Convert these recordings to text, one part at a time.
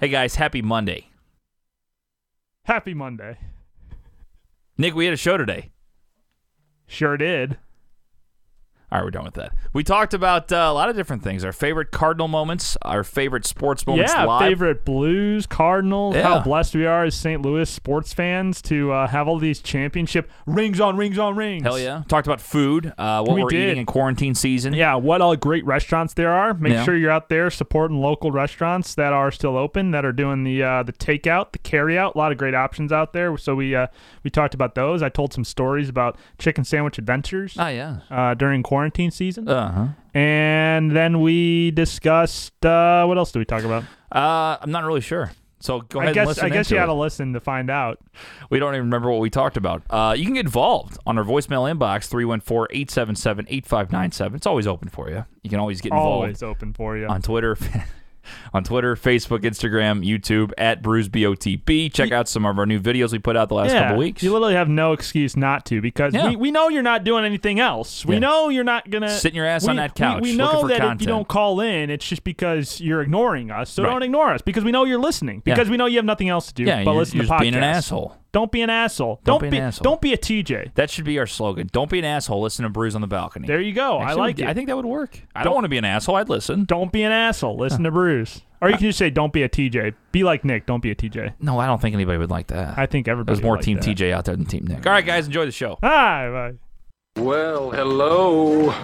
Hey guys, happy Monday. Happy Monday. Nick, we had a show today. Sure did. All right, we're done with that. We talked about uh, a lot of different things. Our favorite Cardinal moments, our favorite sports moments yeah, live. favorite Blues, Cardinals. How Yeah. blessed we are as St. Louis sports fans to uh, have all these championship rings on rings on rings. Hell yeah. Talked about food, uh, what We are did. eating in quarantine season. Yeah, what all great restaurants there are. Make Yeah. sure you're out there supporting local restaurants that are still open, that are doing the uh, the takeout, the carryout. A lot of great options out there. So we uh, we talked about those. I told some stories about chicken sandwich adventures Oh, yeah. uh, during quarantine season, Uh-huh. and then we discussed uh, what else do we talk about? Uh, I'm not really sure. So go ahead I guess and listen I guess into you it. had to listen to find out. We don't even remember what we talked about. Uh, you can get involved on our voicemail inbox, 314-877-8597. It's always open for you. You can always get involved Always open for you. on Twitter. On Twitter, Facebook, Instagram, YouTube at BruceBOTB. Check out some of our new videos we put out the last yeah, couple weeks. you literally have no excuse not to because Yeah. we, we know you're not doing anything else. We Yeah. know you're not gonna Sitting your ass we- on that couch We, we looking know for that if you content. don't call in, it's just because you're ignoring us. So Right. don't ignore us because we know you're listening because we know you have nothing else to do yeah, but you're, listen you're to just podcasts. being an asshole. Don't be an asshole. Don't Don't, be an be asshole. Don't be a TJ. That should be our slogan. Don't be an asshole. Listen to Bruise on the Balcony. There you go. Actually, I like it. I think that would work. I don't want to be an asshole. I'd listen. don't be an asshole. Listen to Bruce. Or you can just say, "Don't be a TJ." Be like Nick. Don't be a TJ. No, I don't think anybody would like that. I think everybody. There's more would like Team that. TJ out there than Team Nick. All right, guys, enjoy the show. Hi. Bye. Well, hello.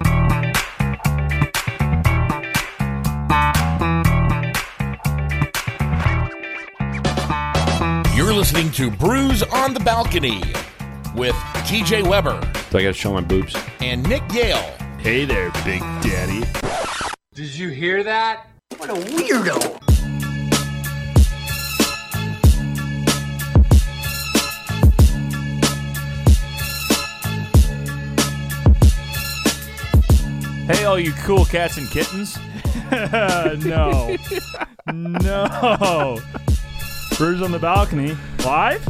You're listening to Brews on the Balcony with TJ Weber Do I got to show my boobs? and Nick Yale. Hey there, Big Daddy. Did you hear that? What a weirdo. Hey, all you cool cats and kittens. Uh, no. no. Brews on the balcony. Live?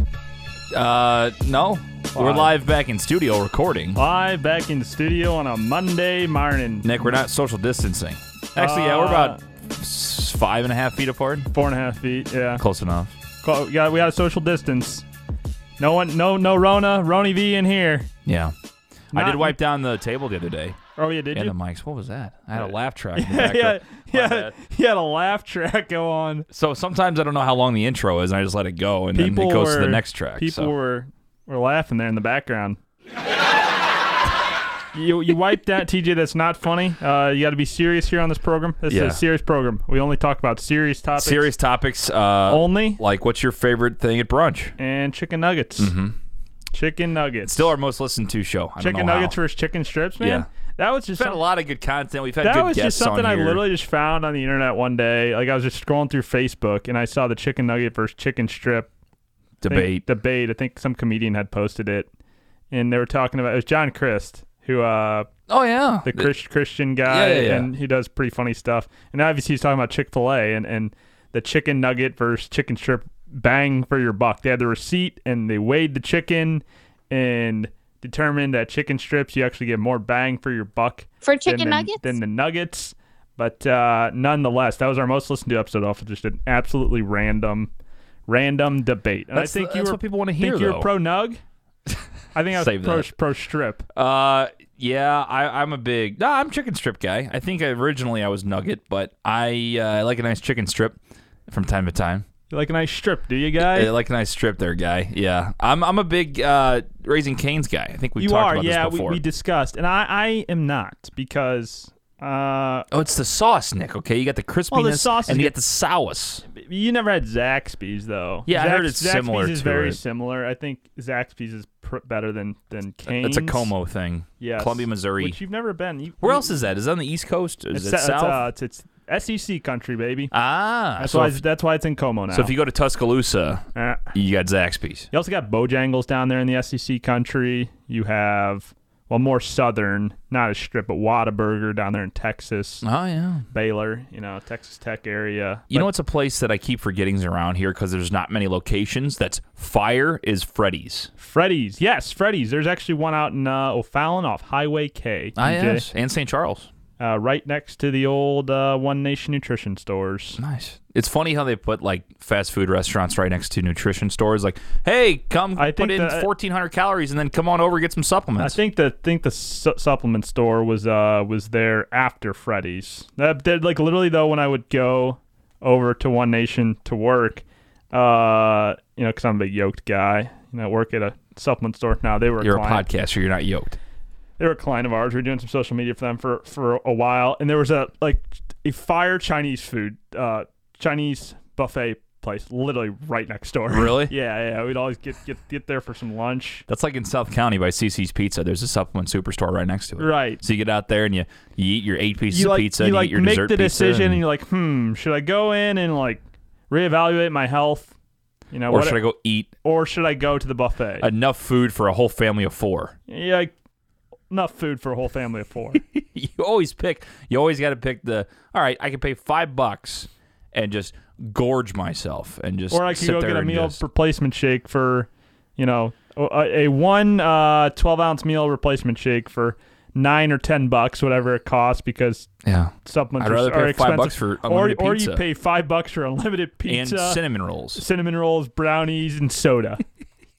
Uh, no. We're Wow. live back in studio recording. Live back in the studio on a Monday morning. Nick, we're not social distancing. Actually, yeah, we're Uh, about s- five and a half feet apart. Four and a half feet, yeah. Close enough. Cool. We got we got a social distance. No one no no Rona, Roni V in here. Yeah. I did Not- wipe down the table the other day Oh yeah, did and you? the mics. What was that? I had a laugh track. In the back yeah, of- my yeah. bad. He had a laugh track go on. So sometimes I don't know how long the intro is, and I just let it go, and People then it goes were, to the next track. People so. were were laughing there in the background. you you wiped that, TJ. That's not funny. Uh, you got to be serious here on this program. This Yeah. is a serious program. We only talk about serious topics. serious topics. Uh, only like, what's your favorite thing at brunch? and chicken nuggets. Chicken nuggets. Mm-hmm. Still our most listened to show. I chicken don't know nuggets How. versus chicken strips, man. Yeah. That was just We've had a some- lot of good content. We've had that good was just guests on something I here. literally just found on the internet one day. Like I was just scrolling through Facebook and I saw the chicken nugget versus chicken strip I think- debate. debate. I think some comedian had posted it, and they were talking about it was John Christ who uh Oh yeah, the Chris, Christian guy, yeah, yeah. and he does pretty funny stuff. And obviously he's talking about Chick Fil A and and the chicken nugget versus chicken strip bang for your buck. They had the receipt and they weighed the chicken and determined that chicken strips you actually get more bang for your buck For than chicken the- nuggets? than the nuggets. But uh, nonetheless, that was our most listened to episode off of just an absolutely random, random debate. And That's I think the- you that's were, what people wanna hear, Think you though. were pro nug. I think I was Save pro, that. pro strip. Uh, yeah, I, I'm a big. No, I'm chicken strip guy. I think originally I was nugget, but I uh, I like a nice chicken strip from time to time. You like a nice strip, do you guys? I like a nice strip there, guy. Yeah, I'm I'm a big uh, raising canes guy. I think we you talked are about yeah this before. We, we discussed and i i am not because uh oh, it's the sauce, Nick. Okay, you got the crispiness sauce is and you good. got the source. you never had zaxby's though Yeah, I heard Zax- it's zaxby's similar is to very it. similar i think zaxby's is pr- better than than That's Cane's. a Como thing. yes. Columbia, Missouri. which you've never been You- Where you- else is that? Is that on the East Coast? Is it's, it it's, South? uh, it's, it's sec country baby ah, that's so why if- it's, that's why it's in como now So if you go to Tuscaloosa, Uh, you got Zaxby's. you also got bojangles down there in the sec country you have well more southern not a strip but whataburger down there in texas Oh yeah. baylor you know texas tech area You know what's a place that I keep forgetting is around here because there's not many locations. That's Fire is Freddy's. Freddy's. Yes, Freddy's. There's actually one out in uh, O'Fallon off Highway K. TJ. Ah, and St. Charles. uh, right next to the old uh, One Nation Nutrition stores. Nice. It's funny how they put like fast food restaurants right next to nutrition stores. Like, hey, come I put think in that- 1,400 calories and then come on over and get some I supplements. think the think the su- supplement store was uh was there after Freddy's. That did like literally though when I would go over to One Nation to work, uh you know because I'm a big yoked guy. You know, I work at a supplement store now. They were You're a client. podcaster. You're not yoked. they were a client of ours. We were doing some social media for them for for a while, and there was a like a fire Chinese food, uh, Chinese buffet place, literally right next door. Really? yeah, yeah. We'd always get get get there for some lunch. That's like in South County by CC's Pizza. There's a supplement superstore right next to it. Right. So you get out there and you, you eat your eight pieces You of like pizza you and you like eat your make dessert the pizza decision, and and- you're like, hmm, should I go in and like reevaluate my health? You know, or what- should I go eat or should I go to the buffet? enough food for a whole family of four? yeah, like, enough food for a whole family of four. you always pick you always got to pick the all right i can pay five bucks and just gorge myself and just or I could sit go there get a and meal just- replacement shake for, you know, a, a one uh, 12 ounce meal replacement shake for nine or 10 bucks, whatever it costs, because yeah supplements I'd are, rather are pay five expensive. bucks for or, unlimited or pizza. you pay five bucks for unlimited and pizza, cinnamon rolls cinnamon rolls, brownies, and soda.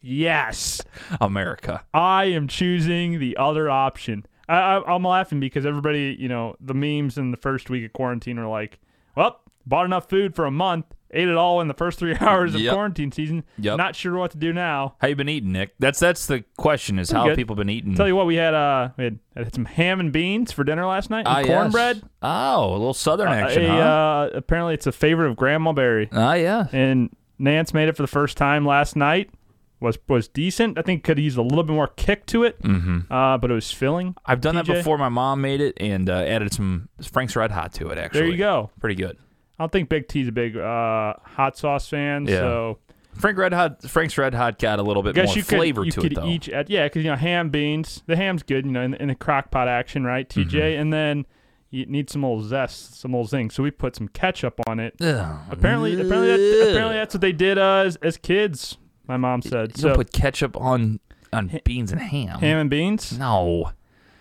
yes. america I am choosing the other option. I, I, I'm laughing because everybody, you know, the memes in the first week of quarantine are like, well, bought enough food for a month, ate it all in the first three hours of Yep. quarantine season. Yep. Not sure what to do now. how you been eating nick that's that's the question is how good. people been eating Tell you what, we had uh, we had, I had some ham and beans for dinner last night, and Ah, yes. cornbread. oh a little southern action A, huh? uh, apparently, it's a favorite of Grandma Barry, ah yeah and Nance made it for the first time last night. Was was decent. I think could use a little bit more kick to it, mm-hmm. uh, but it was filling. i've done that TJ? before my mom made it and uh, added some frank's red hot to it actually There you go. pretty good I don't think Big T's a big uh, hot sauce fan, Yeah. so Frank Red Hot, Frank's Red Hot got a little bit I guess more you could flavor you to could it though. each add, yeah, because you know ham beans, the ham's good, you know, in, in the crock pot action, right, TJ, Mm-hmm. and then you need some old zest, some old zing, so we put some ketchup on it. Ugh. Apparently, apparently, that, apparently that's what they did uh, as, as kids. My mom said You don't so. put ketchup on on beans and ham. ham and beans? No,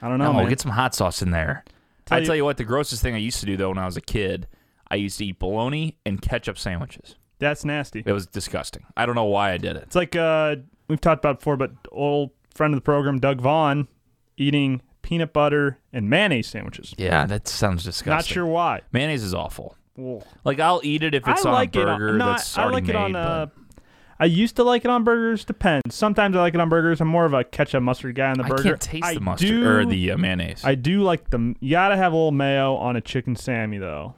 I don't know. no, man. get some hot sauce in there. I you- tell you what, the grossest thing I used to do though when I was a kid, I used to eat bologna and ketchup sandwiches. that's nasty. It was disgusting. I don't know why I did it. It's like uh, we've talked about before, but old friend of the program, Doug Vaughn, eating peanut butter and mayonnaise sandwiches. Yeah, that sounds disgusting. Not sure why. Mayonnaise is awful. Like I'll eat it if it's I on like a burger it on, no, that's I already like it on. made, Uh, but I used to like it on burgers. Depends. Sometimes I like it on burgers. I'm more of a ketchup mustard guy on the I burger. can't taste I the mustard do- or the uh, mayonnaise. I do like the. You gotta have a little mayo on a chicken sammy though.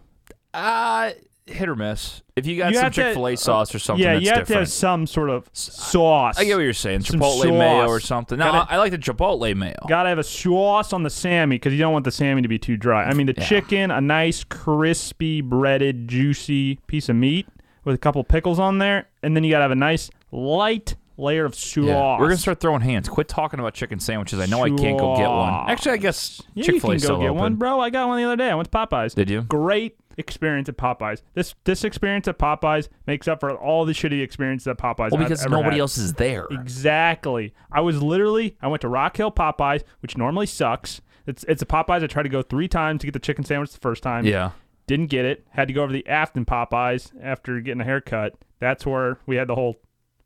uh, hit or miss. If you got You some have to- Chick Fil A uh, sauce or something, yeah, that's you have to different. have some sort of sauce. I get what you're saying. Some Chipotle mayo sauce. or something. No, Gotta- I, I like the Chipotle mayo. Gotta have a sauce on the sammy because you don't want the sammy to be too dry. I mean, the chicken, a nice crispy, breaded, juicy piece of meat with a couple pickles on there, and then you gotta have a nice light layer of sauce. Yeah. We're gonna start throwing hands. Quit talking about chicken sandwiches. I know I can't go get one. Sauce. Actually, I guess Yeah, Chick Fil you A can still go get open. one, bro. I got one the other day. I went to Popeyes. Did you? Great experience at Popeyes. This this experience at Popeyes makes up for all the shitty experiences at Popeyes. Well, I've because ever nobody had. else is there. Exactly. I was literally I went to Rock Hill Popeyes, which normally sucks. It's it's a Popeyes. I tried to go three times to get the chicken sandwich the first time. Yeah. Didn't get it. Had to go over to the Afton Popeyes after getting a haircut. That's where we had the whole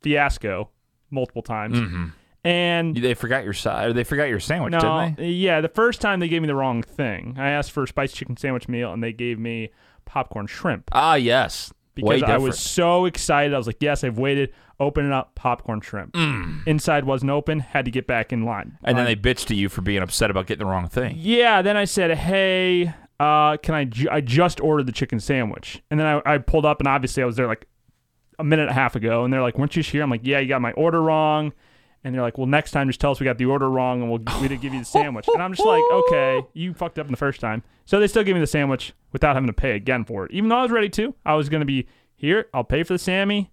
fiasco multiple times. Mm-hmm. And They forgot your side. Or they forgot your sandwich, didn't they? yeah, the first time they gave me the wrong thing. I asked for a spiced chicken sandwich meal, and they gave me popcorn shrimp Ah, yes. Way because different. I was so excited. I was like, "Yes, I've waited. Open it up, popcorn shrimp." Inside wasn't open. Had to get back in line. Mm. and then they bitched at you for being upset about getting the wrong thing. yeah, then I said, "Hey, uh, can I? Ju- I just ordered the chicken sandwich." And then I, I pulled up, and obviously I was there like a minute and a half ago, and they're like, "Weren't you here?" I'm like, "Yeah, you got my order wrong." And they're like, "Well, next time, just tell us we got the order wrong, and we'll we didn't give you the sandwich." And I'm just like, "Okay, you fucked up the first time." So they still gave me the sandwich without having to pay again for it, even though I was ready to. I was gonna be here. I'll pay for the Sammy.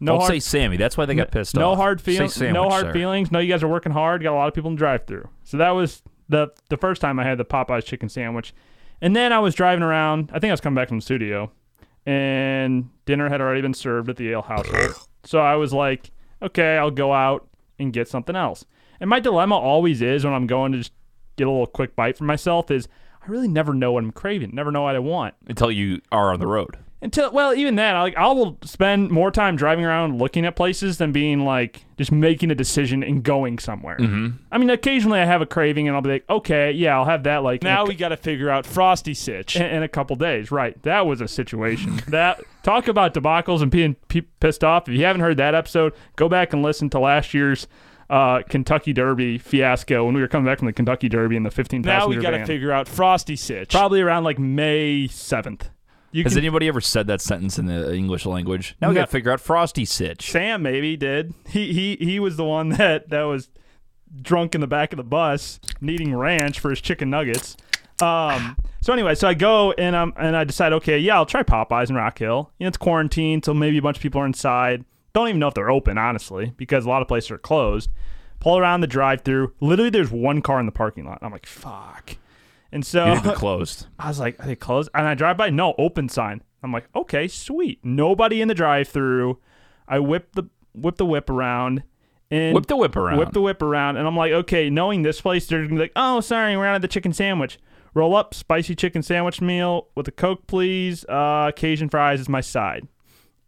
No Don't hard, say Sammy. That's why they got pissed no off. hard Say feelings. sandwich, No hard sir. feelings. No, you guys are working hard. Got a lot of people in the drive-through. So that was the the first time I had the Popeyes chicken sandwich, and then I was driving around. I think I was coming back from the studio, and dinner had already been served at the Ale household. so I was like, okay, I'll go out and get something else. And my dilemma always is when I'm going to just get a little quick bite for myself is I really never know what I'm craving, never know what I want until you are on the road. until well even then I, like i will spend more time driving around looking at places than being like just making a decision and going somewhere Mm-hmm. i mean occasionally i have a craving and i'll be like okay yeah i'll have that like in a Now cou- we got to figure out Frosty Sitch. in, in a couple days right that was a situation that talk about debacles and being pe- pissed off if you haven't heard that episode go back and listen to last year's uh, Kentucky Derby fiasco when we were coming back from the Kentucky Derby in the 15 Now we passenger got to van. figure out Frosty Sitch. probably around like May 7th. You Has can- anybody ever said that sentence in the English language? Now we No. got to figure out Frosty Sitch. Sam maybe did. He he he was the one that that was drunk in the back of the bus, needing ranch for his chicken nuggets. Um. So anyway, so I go and um and I decide, okay, yeah, I'll try Popeyes in Rock Hill. You know, it's quarantine, so maybe a bunch of people are inside. Don't even know if they're open, honestly, because a lot of places are closed. Pull around the drive-through. Literally, there's one car in the parking lot. I'm like, fuck. And so You need to closed. I was like, are they closed? And I drive by, no, open sign. I'm like, okay, sweet. Nobody in the drive through. I whip the whip the whip around and Whip the whip around. Whip the whip around. And I'm like, okay, knowing this place, they're gonna be like, oh sorry, we're out of the chicken sandwich. Roll up, spicy chicken sandwich meal with a Coke, please. Uh Cajun fries is my side.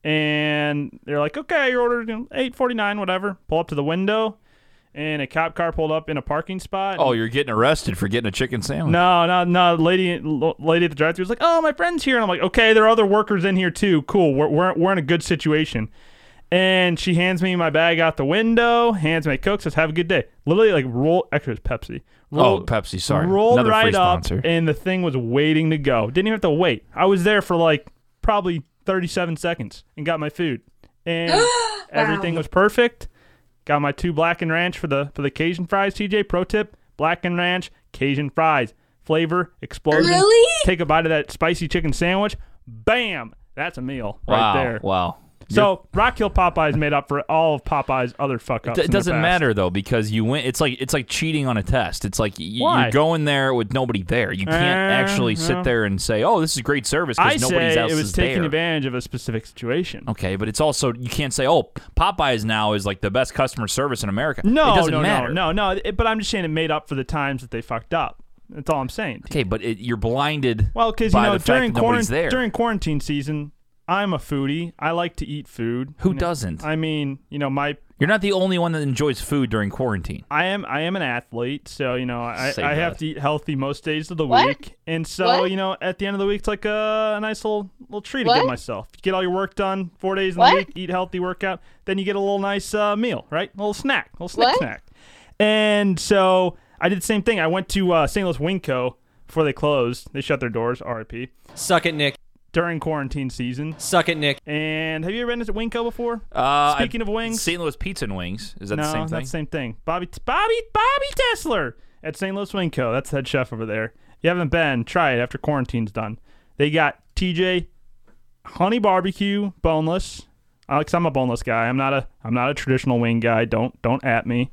And they're like, okay, your order eight forty nine, whatever. Pull up to the window and a cop car pulled up in a parking spot. oh, you're getting arrested for getting a chicken sandwich. No, no, no. Lady, l- lady at the drive-thru was like, "Oh, my friend's here," and I'm like, "Okay, there are other workers in here too. Cool, we're we're, we're in a good situation." And she hands me my bag out the window, hands me a Coke, says, "Have a good day." Literally, like roll. Actually, it was Pepsi. Roll, Oh, Pepsi, sorry. Rolled Another free right up, sponsor. and the thing was waiting to go. Didn't even have to wait. I was there for like probably 37 seconds and got my food, and everything was perfect. Got my two black and ranch for the for the Cajun fries. TJ, pro tip: black and ranch Cajun fries flavor explosion. Really? Take a bite of that spicy chicken sandwich. Bam! That's a meal wow, right there. Wow. So Rock Hill Popeyes made up for all of Popeyes' other fuck ups. It doesn't matter though because you went. It's like it's like cheating on a test. It's like y- Why? you're going there with nobody there. You can't Eh, actually sit there and say, "Oh, this is great service," I because nobody's say else it was is taking there. advantage of a specific situation. Okay, but it's also you can't say, "Oh, Popeyes now is like the best customer service in America." No, it doesn't no, matter. no, no, no. It, but I'm just saying it made up for the times that they fucked up. That's all I'm saying. Okay, but it, you're blinded. Well, because you by know the fact during that nobody's quarant- there. during quarantine season, I'm a foodie. I like to eat food. Who You know, doesn't? I mean, you know, my you're not the only one that enjoys food during quarantine. I am I am an athlete, so you know I, Say I have that. to eat healthy most days of the What? week, and so What? you know at the end of the week it's like a, a nice little little treat to give What? myself. Get all your work done, four days in What? the week, eat healthy, workout, then you get a little nice uh, meal, right? A little snack, a little snack What? snack. And so I did the same thing. I went to uh, St. Louis Wing Co. before they closed. They shut their doors. R.I.P. Suck it, Nick. During quarantine season. Suck it, Nick. And have you ever been to Winco before? Uh, Speaking of wings- St. Louis Pizza and Wings is that no, the same not thing? the same thing. Bobby, Bobby, Bobby Tesler at St. Louis Wing Co. That's the head chef over there. You haven't been? Try it after quarantine's done. They got TJ honey barbecue boneless. Alex, I'm a boneless guy. I'm not a I'm not a traditional wing guy. Don't don't at me.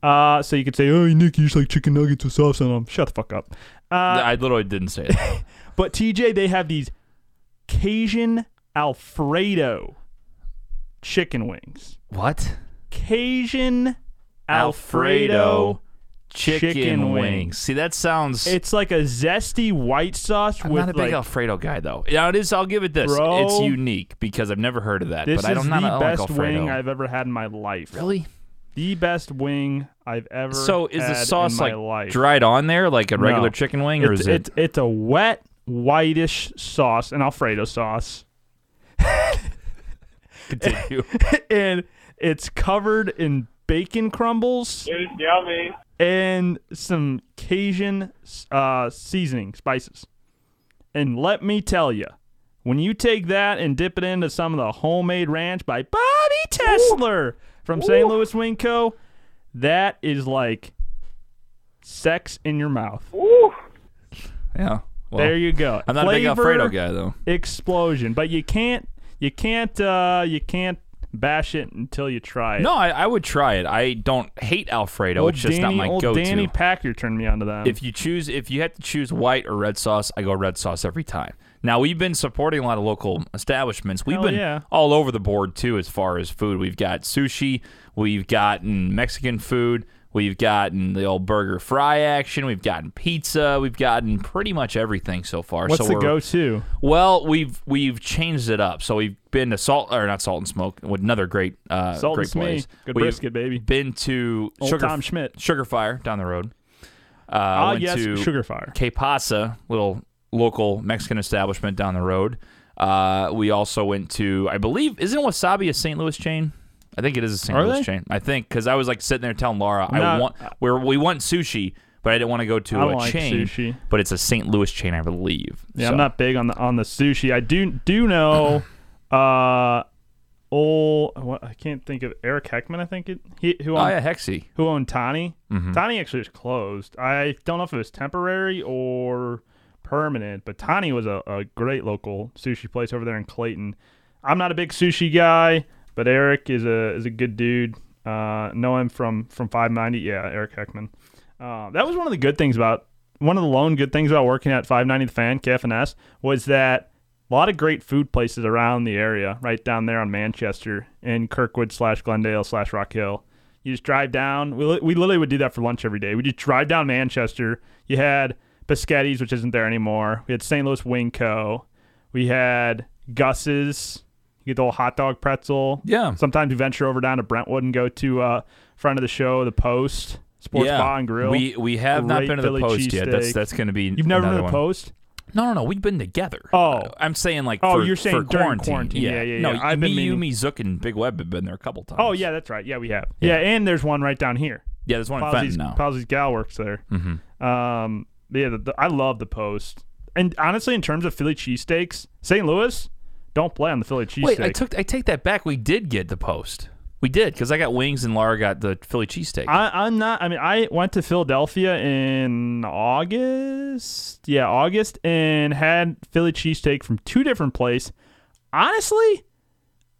Uh, so you could say, oh, Nick, you just like chicken nuggets with sauce on them. Shut the fuck up. I literally didn't say it. But TJ, they have these Cajun Alfredo chicken wings. what? Cajun Alfredo Alfredo. chicken, Chicken wings. wings. See, that sounds. It's like a zesty white sauce I'm with not a big like Alfredo guy though. Yeah, it is. I'll give it this. Bro. it's unique because I've never heard of that. this but I don't, is not, the I don't best like Alfredo. wing I've ever had in my life. really? The best wing I've ever. So is the had sauce in my like life. dried on there, like a No. regular chicken wing, or It's, is it? it's it's a wet whitish sauce, an Alfredo sauce, continue. and it's covered in bacon crumbles. It's yummy. And some Cajun uh, seasoning spices. And let me tell you, when you take that and dip it into some of the homemade ranch by Bobby Tesler from St. Louis Wing Co., that is like sex in your mouth. yeah. Well, there you go. I'm not a big Flavor Alfredo guy though. Explosion, but you can't, you can't, uh, you can't bash it until you try it. No, I, I would try it. I don't hate Alfredo. Old it's just Oh, Danny, not my old go-to. Danny Packer turned me onto that. if you choose, if you had to choose white or red sauce, I go red sauce every time. Now we've been supporting a lot of local establishments. We've Hell been yeah. all over the board too, as far as food. We've got sushi. We've gotten Mexican food. We've gotten the old burger fry action. We've gotten pizza. We've gotten pretty much everything so far. What's so the we're- go-to? Well, we've we've changed it up. So we've been to Salt or not Salt and Smoke, another great uh, Salt great and Smee. place. Good we've brisket, baby. Been to Old Sugar Tom Schmidt. Sugar Fire down the road. Uh, Ah, went yes, to Sugar Fire. Que Pasa, little local Mexican establishment down the road. Uh, we also went to, I believe, isn't Wasabi a St. Louis chain? I think it is a St. Are Louis they? chain. I think because I was like sitting there telling Laura, I not- want where we want sushi, but I didn't want to go to I don't a like chain. sushi. But it's a St. Louis chain, I believe. Yeah, So- I'm not big on the on the sushi. I do do know, uh, old what, I can't think of Eric Heckman. I think it he who Oh owned, yeah, Hexy. who owned Tani. Tani actually is closed. I don't know if it was temporary or permanent, but Tani was a, a great local sushi place over there in Clayton. I'm not a big sushi guy, but Eric is a is a good dude. Uh, know him from from 590. Yeah, Eric Heckman. Uh, that was one of the good things about one of the lone good things about working at 590 the Fan KFNS was that a lot of great food places around the area, right down there on Manchester in Kirkwood slash Glendale slash Rock Hill. You just drive down. We, li- we literally would do that for lunch every day. We just drive down Manchester. You had Biscotti's, which isn't there anymore. We had St. Louis Wing Co. We had Gus's. You get the old hot dog pretzel. Yeah. Sometimes we venture over down to Brentwood and go to uh, front of the show, the Post Sports yeah. Bar and Grill. We we have not Great been to the Philly post yet. That's cheesesteak. that's going to be You've never been another to the one. Post? No, no, no. We've been together. Oh. Uh, I'm saying like. Oh, for, you're saying for during quarantine. quarantine. Yeah, yeah, No, yeah. I've me, been you, meaning- me, Zook, and Big Web have been there a couple times. Oh yeah, that's right. Yeah, we have. Yeah, and there's one right down here. yeah. There's one in Fenton Palsy's, now. Palsy's gal works there. Mm-hmm. Um, yeah, the, the, I love the Post. And honestly, in terms of Philly cheesesteaks, St. Louis don't play on the Philly cheesesteak. Wait, I took I take that back. We did get the post. We did because I got wings and Laura got the Philly cheesesteak. I, I'm not. I mean, I went to Philadelphia in August. Yeah, August, and had Philly cheesesteak from two different places. Honestly,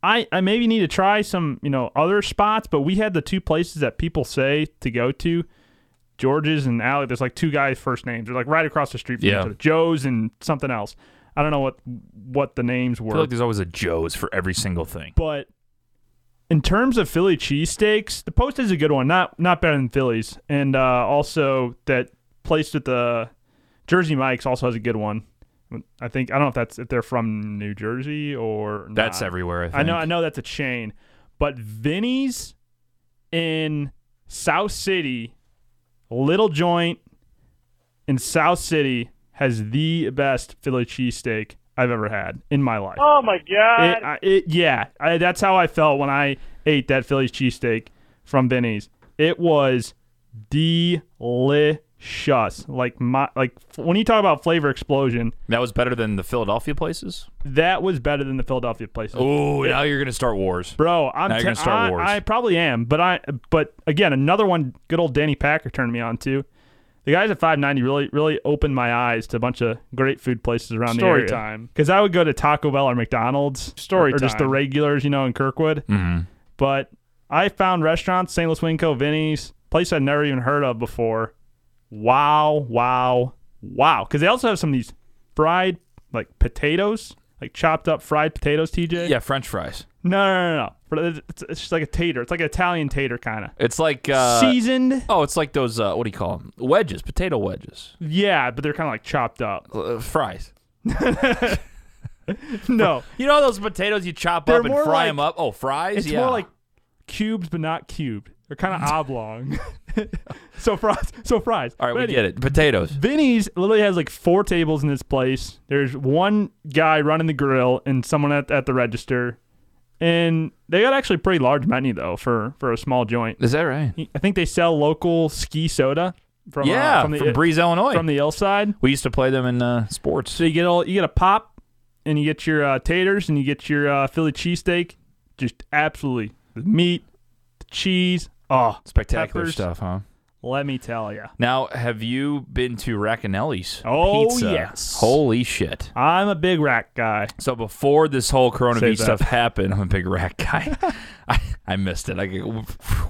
I I maybe need to try some you know other spots, but we had the two places that people say to go to. George's and Alec. There's like two guys' first names. They're like right across the street from Yeah. each other. Joe's and something else. I don't know what what the names were. feel like there's always a Joe's for every single thing. But in terms of Philly cheesesteaks, the Post is a good one. Not not better than Philly's. And uh, also that place with the Jersey Mike's also has a good one. I think I don't know if that's if they're from New Jersey or not. That's everywhere. I, think. I know I know that's a chain, but Vinny's in South City, Little Joint in South City has the best Philly cheesesteak I've ever had in my life. Oh my god! It, I, it, yeah, I, that's how I felt when I ate that Philly's cheesesteak from Benny's. It was delicious. Like my like f- when you talk about flavor explosion, that was better than the Philadelphia places. that was better than the Philadelphia places. Oh, now you're gonna start wars. Bro, I'm Now you're te- gonna start I- wars. I, probably am, but I but again, another one good old Danny Packer turned me on to. The guys at 590 really really opened my eyes to a bunch of great food places around the Story area. time. Because I would go to Taco Bell or McDonald's. Story or, just the time. regulars, you know, in Kirkwood. Mm-hmm. But I found restaurants, St. Louis Winco, Vinny's, place I'd never even heard of before. Wow, wow, wow. Because they also have some of these fried like potatoes, like chopped up fried potatoes, TJ. Yeah, French fries. No, no, no, no. But it's- It's, it's just like a tater. It's like an Italian tater kind of. It's like uh, Seasoned, Oh, it's like those uh, what do you call them? Wedges, potato wedges, yeah, but they're kind of like chopped up. uh, fries. No, You know those potatoes you chop They're up and more fry like- them up. Oh, fries. it's yeah. more like cubes, but not cubed. They're kind of oblong. so fries, so fries. All right, we get it. Potatoes. Vinny's literally has like four tables in this place. There's one guy running the grill and someone at, at the register, and they got actually a pretty large menu though for for a small joint. Is that right? I think they sell local ski soda from uh, yeah, from from, the Breeze, Illinois. from the hillside. we used to play them in uh, sports. So you get all you get a pop, and you get your uh, taters, and you get your uh, Philly cheesesteak. Just absolutely the meat, the cheese. Oh, Spectacular peppers. stuff, huh? Let me tell you, Now, have you been to Racanelli's Oh, pizza? yes. Holy shit. I'm a big rack guy. So before this whole Save coronavirus that. stuff happened, I'm a big rack guy. I, I missed it. I get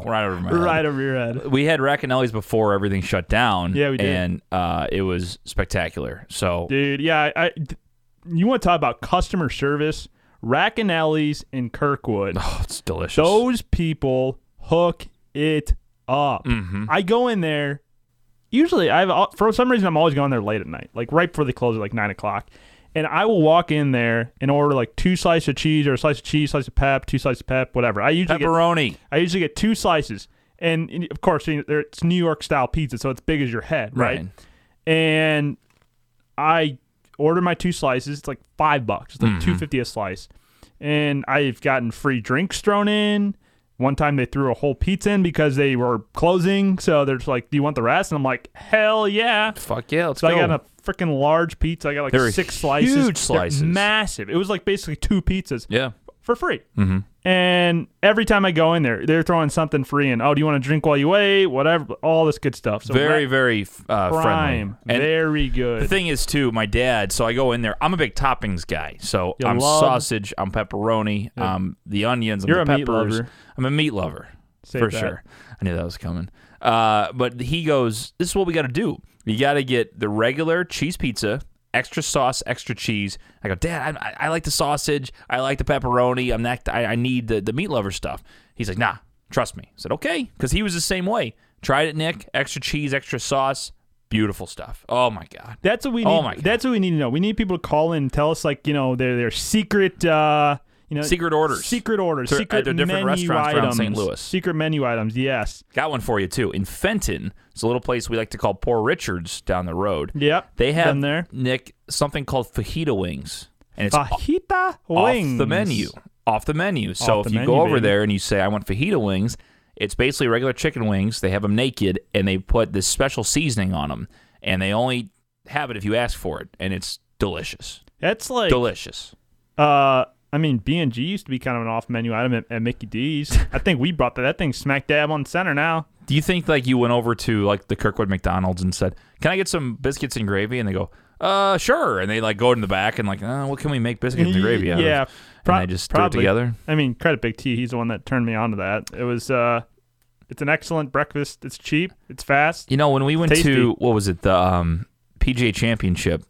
right over my head. Right over your head. We had Racanelli's before everything shut down. Yeah, we did. And uh, it was spectacular. So dude. Yeah, I, I- d- you want to talk about customer service? Rackinelli's in Kirkwood. oh, it's delicious. Those people hook it up. I go in there. Usually, I've for some reason I'm always going there late at night, like right before they close at like nine o'clock, and I will walk in there and order like two slices of cheese or a slice of cheese, slice of pep, two slices of pep, whatever. I usually get, Pepperoni. I usually get two slices, and and of course, you know, there- it's New York style pizza, so it's big as your head, right? Right. And I order my two slices. It's like five bucks, it's like Mm-hmm. fifty a slice, and I've gotten free drinks thrown in. One time they threw a whole pizza in because they were closing, so they're just like, "Do you want the rest?" And I'm like, "Hell yeah!" Fuck yeah, let's So go. I got a freaking large pizza. I got like They're six Oh. huge slices. They're slices. massive. It was like basically two pizzas yeah. for free. Mm-hmm. And every time I go in there, they're throwing something free and oh, do you want to drink while you wait? Whatever, all this good stuff. So Very, Matt very uh, friendly. prime, And very the good. thing is, too, my dad. So I go in there. I'm a big toppings guy. So You I'm love- sausage. I'm pepperoni. Um, the onions. I'm You're the a meat peppers. lover. I'm a meat lover Say for that. sure. I knew that was coming. Uh, but he goes, "This is what we got to do. You got to get the regular cheese pizza." Extra sauce, extra cheese. I go, Dad. I, I- I like the sausage. I like the pepperoni. I'm not. I, I need the, the meat lover stuff. He's like, Nah, trust me. I said, Okay, because he was the same way. Tried it, Nick. Extra cheese, extra sauce. Beautiful stuff. Oh my god. That's what we need. Oh my God. That's what we need to know. We need people to call in and tell us like you know their their secret. uh you know, Secret orders. Secret orders. So, at secret their different menu restaurants around items. St. Louis. Secret menu items. Yes. Got one for you too. In Fenton, it's a little place we like to call Poor Richards down the road. Yep, They have been there. Nick something called fajita wings, and it's off Fajita wings. the menu. Off the menu. So Off if the you go menu, over baby. there and you say I want fajita wings, it's basically regular chicken wings. They have them naked and they put this special seasoning on them, and they only have it if you ask for it, and it's delicious. That's like Delicious. Uh, I mean, B and G used to be kind of an off-menu item at, at Mickey D's. I think we brought that. That thing smack dab on center now. Do you think like you went over to like the Kirkwood McDonald's and said, "Can I get some biscuits and gravy?" And they go, "Uh, sure." And they like go in the back and like, uh, "What can we make biscuits and gravy out of?" yeah, pro- and they just probably. threw it together. I mean, credit Big T. He's the one that turned me on to that. It was uh, it's an excellent breakfast. It's cheap. It's fast. You know, when we went Tasty. to what was it the um, PGA Championship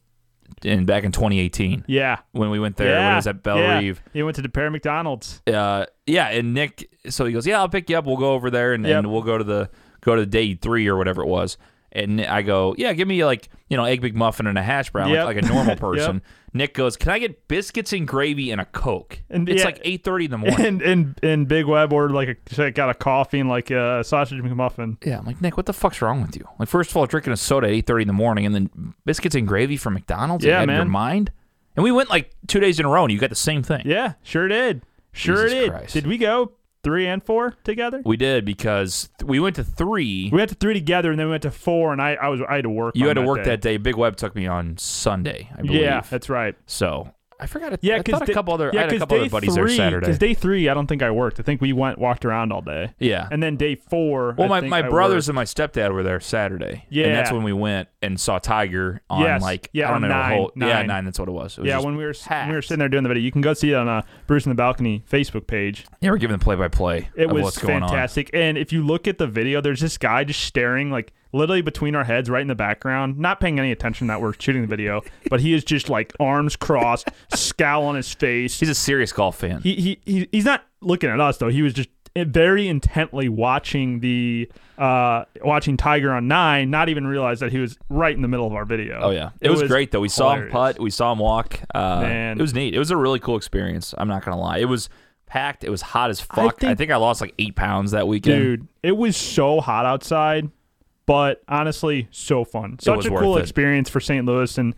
in back in 2018 Yeah. when we went there yeah. when it was at Belle yeah. Reve. He went to the Pear McDonald's. Uh, yeah, and Nick, so he goes, "Yeah, I'll pick you up. We'll go over there and, Yep. and we'll go to the go to day three or whatever it was." And I go, "Yeah, give me like you know egg McMuffin and a hash brown Yep. like, like a normal Yep. person." Nick goes, "Can I get biscuits and gravy and a coke?" And it's yeah. like eight thirty in the morning. And and and Big Web ordered like a got a coffee and like a sausage McMuffin. yeah, I'm like Nick, what the fuck's wrong with you? Like, first of all, drinking a soda at eight thirty in the morning, and then biscuits and gravy from McDonald's. Yeah, out of your man. mind. And we went like two days in a row, and you got the same thing. Yeah, sure did. Sure Jesus did. Christ. Did we go three and four together? We did because th- we went to three. We went to three together, and then we went to four, and I, I was I had to work. You on had to that work day. that day. Big Web took me on Sunday, I believe. Yeah, that's right. So I forgot. A, Yeah, I because thought a couple other. I had a couple other buddies there Saturday. Because day three, I don't think I worked. I think we went walked around all day. yeah. And then day four. well, I my, think my I brothers worked. and my stepdad were there Saturday. and Yeah. that's when we went and saw Tiger on Yes. like Yeah, I don't on know nine- whole- yeah nine. nine. That's what it was. It was Yeah, just when we were s- when we were packed. sitting there doing the video, you can go see it on uh, Bruce in the Balcony Facebook page. yeah, we're giving the play by play. It of was what's going on. fantastic. And if you look at the video, there's this guy just staring like literally between our heads right in the background, not paying any attention that we're shooting the video, but he is just like arms crossed, scowl on his face. He's a serious golf fan. he, he, he he's not looking at us though. He was just very intently watching the uh watching Tiger on nine, not even realize that he was right in the middle of our video. oh yeah, it, was, great though. We saw him hilarious. putt. We saw him walk. Uh, Man. it was neat. It was a really cool experience. I'm not gonna lie. It was packed. It was hot as fuck. I think I, think- lost like eight pounds that weekend. Dude, it was so hot outside, but honestly, so fun. was Such a worth cool it. experience for St. Louis and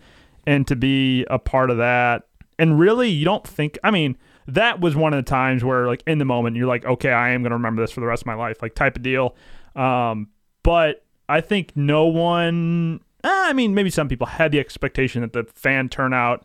and to be a part of that. And really, you don't think I mean, that was one of the times where like in the moment you're like, okay, I am gonna remember this for the rest of my life, like type of deal. Um, but I think no one ah, I mean, maybe some people had the expectation that the fan turnout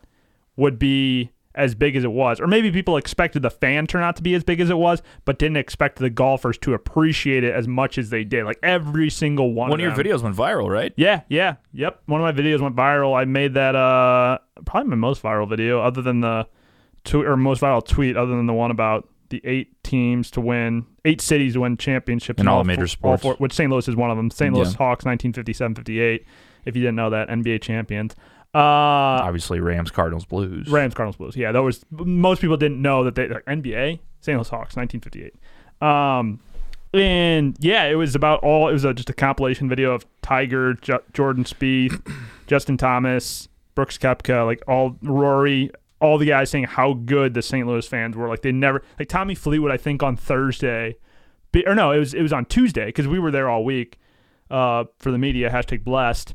would be as big as it was. Or maybe people expected the fan turnout to be as big as it was, but didn't expect the golfers to appreciate it as much as they did. Like every single one, One of your them. videos went viral, right? Yeah, yeah, yep. One of my videos went viral. I made that uh probably my most viral video, other than the tweet or most viral tweet, other than the one about the eight teams to win, eight cities to win championships In all f- major sports. sports. which St. Louis is one of them. St. Louis Yeah. Hawks, 1957-58. If you didn't know that, NBA champions. Uh, Obviously, Rams, Cardinals, Blues. Rams, Cardinals, Blues. Yeah, that was most people didn't know that they like NBA St. Louis Hawks, 1958. Um, and yeah, it was about all. It was a, just a compilation video of Tiger, J- Jordan Spieth, Justin Thomas, Brooks Koepka, like all Rory, all the guys saying how good the St. Louis fans were. Like they never like Tommy Fleetwood. I think on Thursday, be- or no, it was it was on Tuesday because we were there all week uh, for the media hashtag blessed.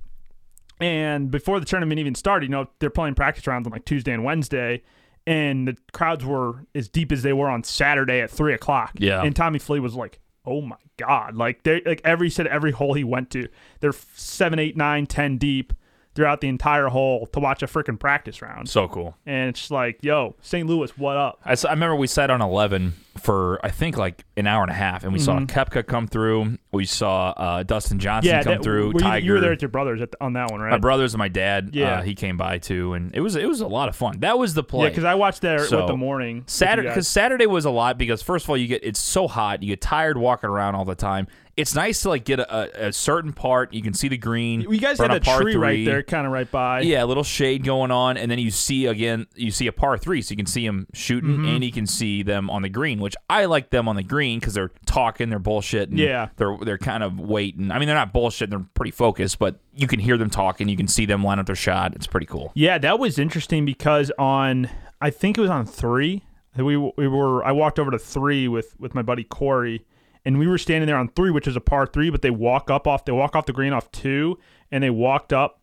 And before the tournament even started, you know, they're playing practice rounds on like Tuesday and Wednesday, and the crowds were as deep as they were on Saturday at three o'clock. Yeah. And Tommy Flea was like, "Oh my god!" Like they like every said every hole he went to, they're seven, eight, nine, ten deep throughout the entire hole to watch a freaking practice round. So cool. And it's like, yo, St. Louis, what up? I, s- I remember we sat on 11 for, I think, like an hour and a half, and we saw Kepka come through. We saw uh, Dustin Johnson Mm-hmm. Yeah, come that- through. were you, Tiger. you were there at your brother's at, on that one, right? my brothers and my dad, yeah. Yeah. uh, he came by too, and it was it was a lot of fun. That was the play. yeah, because I watched there So, with the morning with you Saturday guys. because Saturday was a lot because first of all you get it's so hot you get tired walking around all the time. It's nice to like get a, a, a certain part you can see the green. You guys We're on had a par tree right three. there, kind of right by. Yeah, a little shade going on, and then you see again you see a par three, so you can see him shooting Mm-hmm. and you can see them on the green, which I like them on the green because they're talking, they're bullshit, Yeah. they're they're kind of waiting. I mean, they're not bullshit, they're pretty focused, but you can hear them talking, you can see them line up their shot. It's pretty cool. Yeah, that was interesting because on I think it was on three. We we were I walked over to three with with my buddy Corey, and we were standing there on three, which is a par three. But they walk up off they walk off the green off two, and they walked up,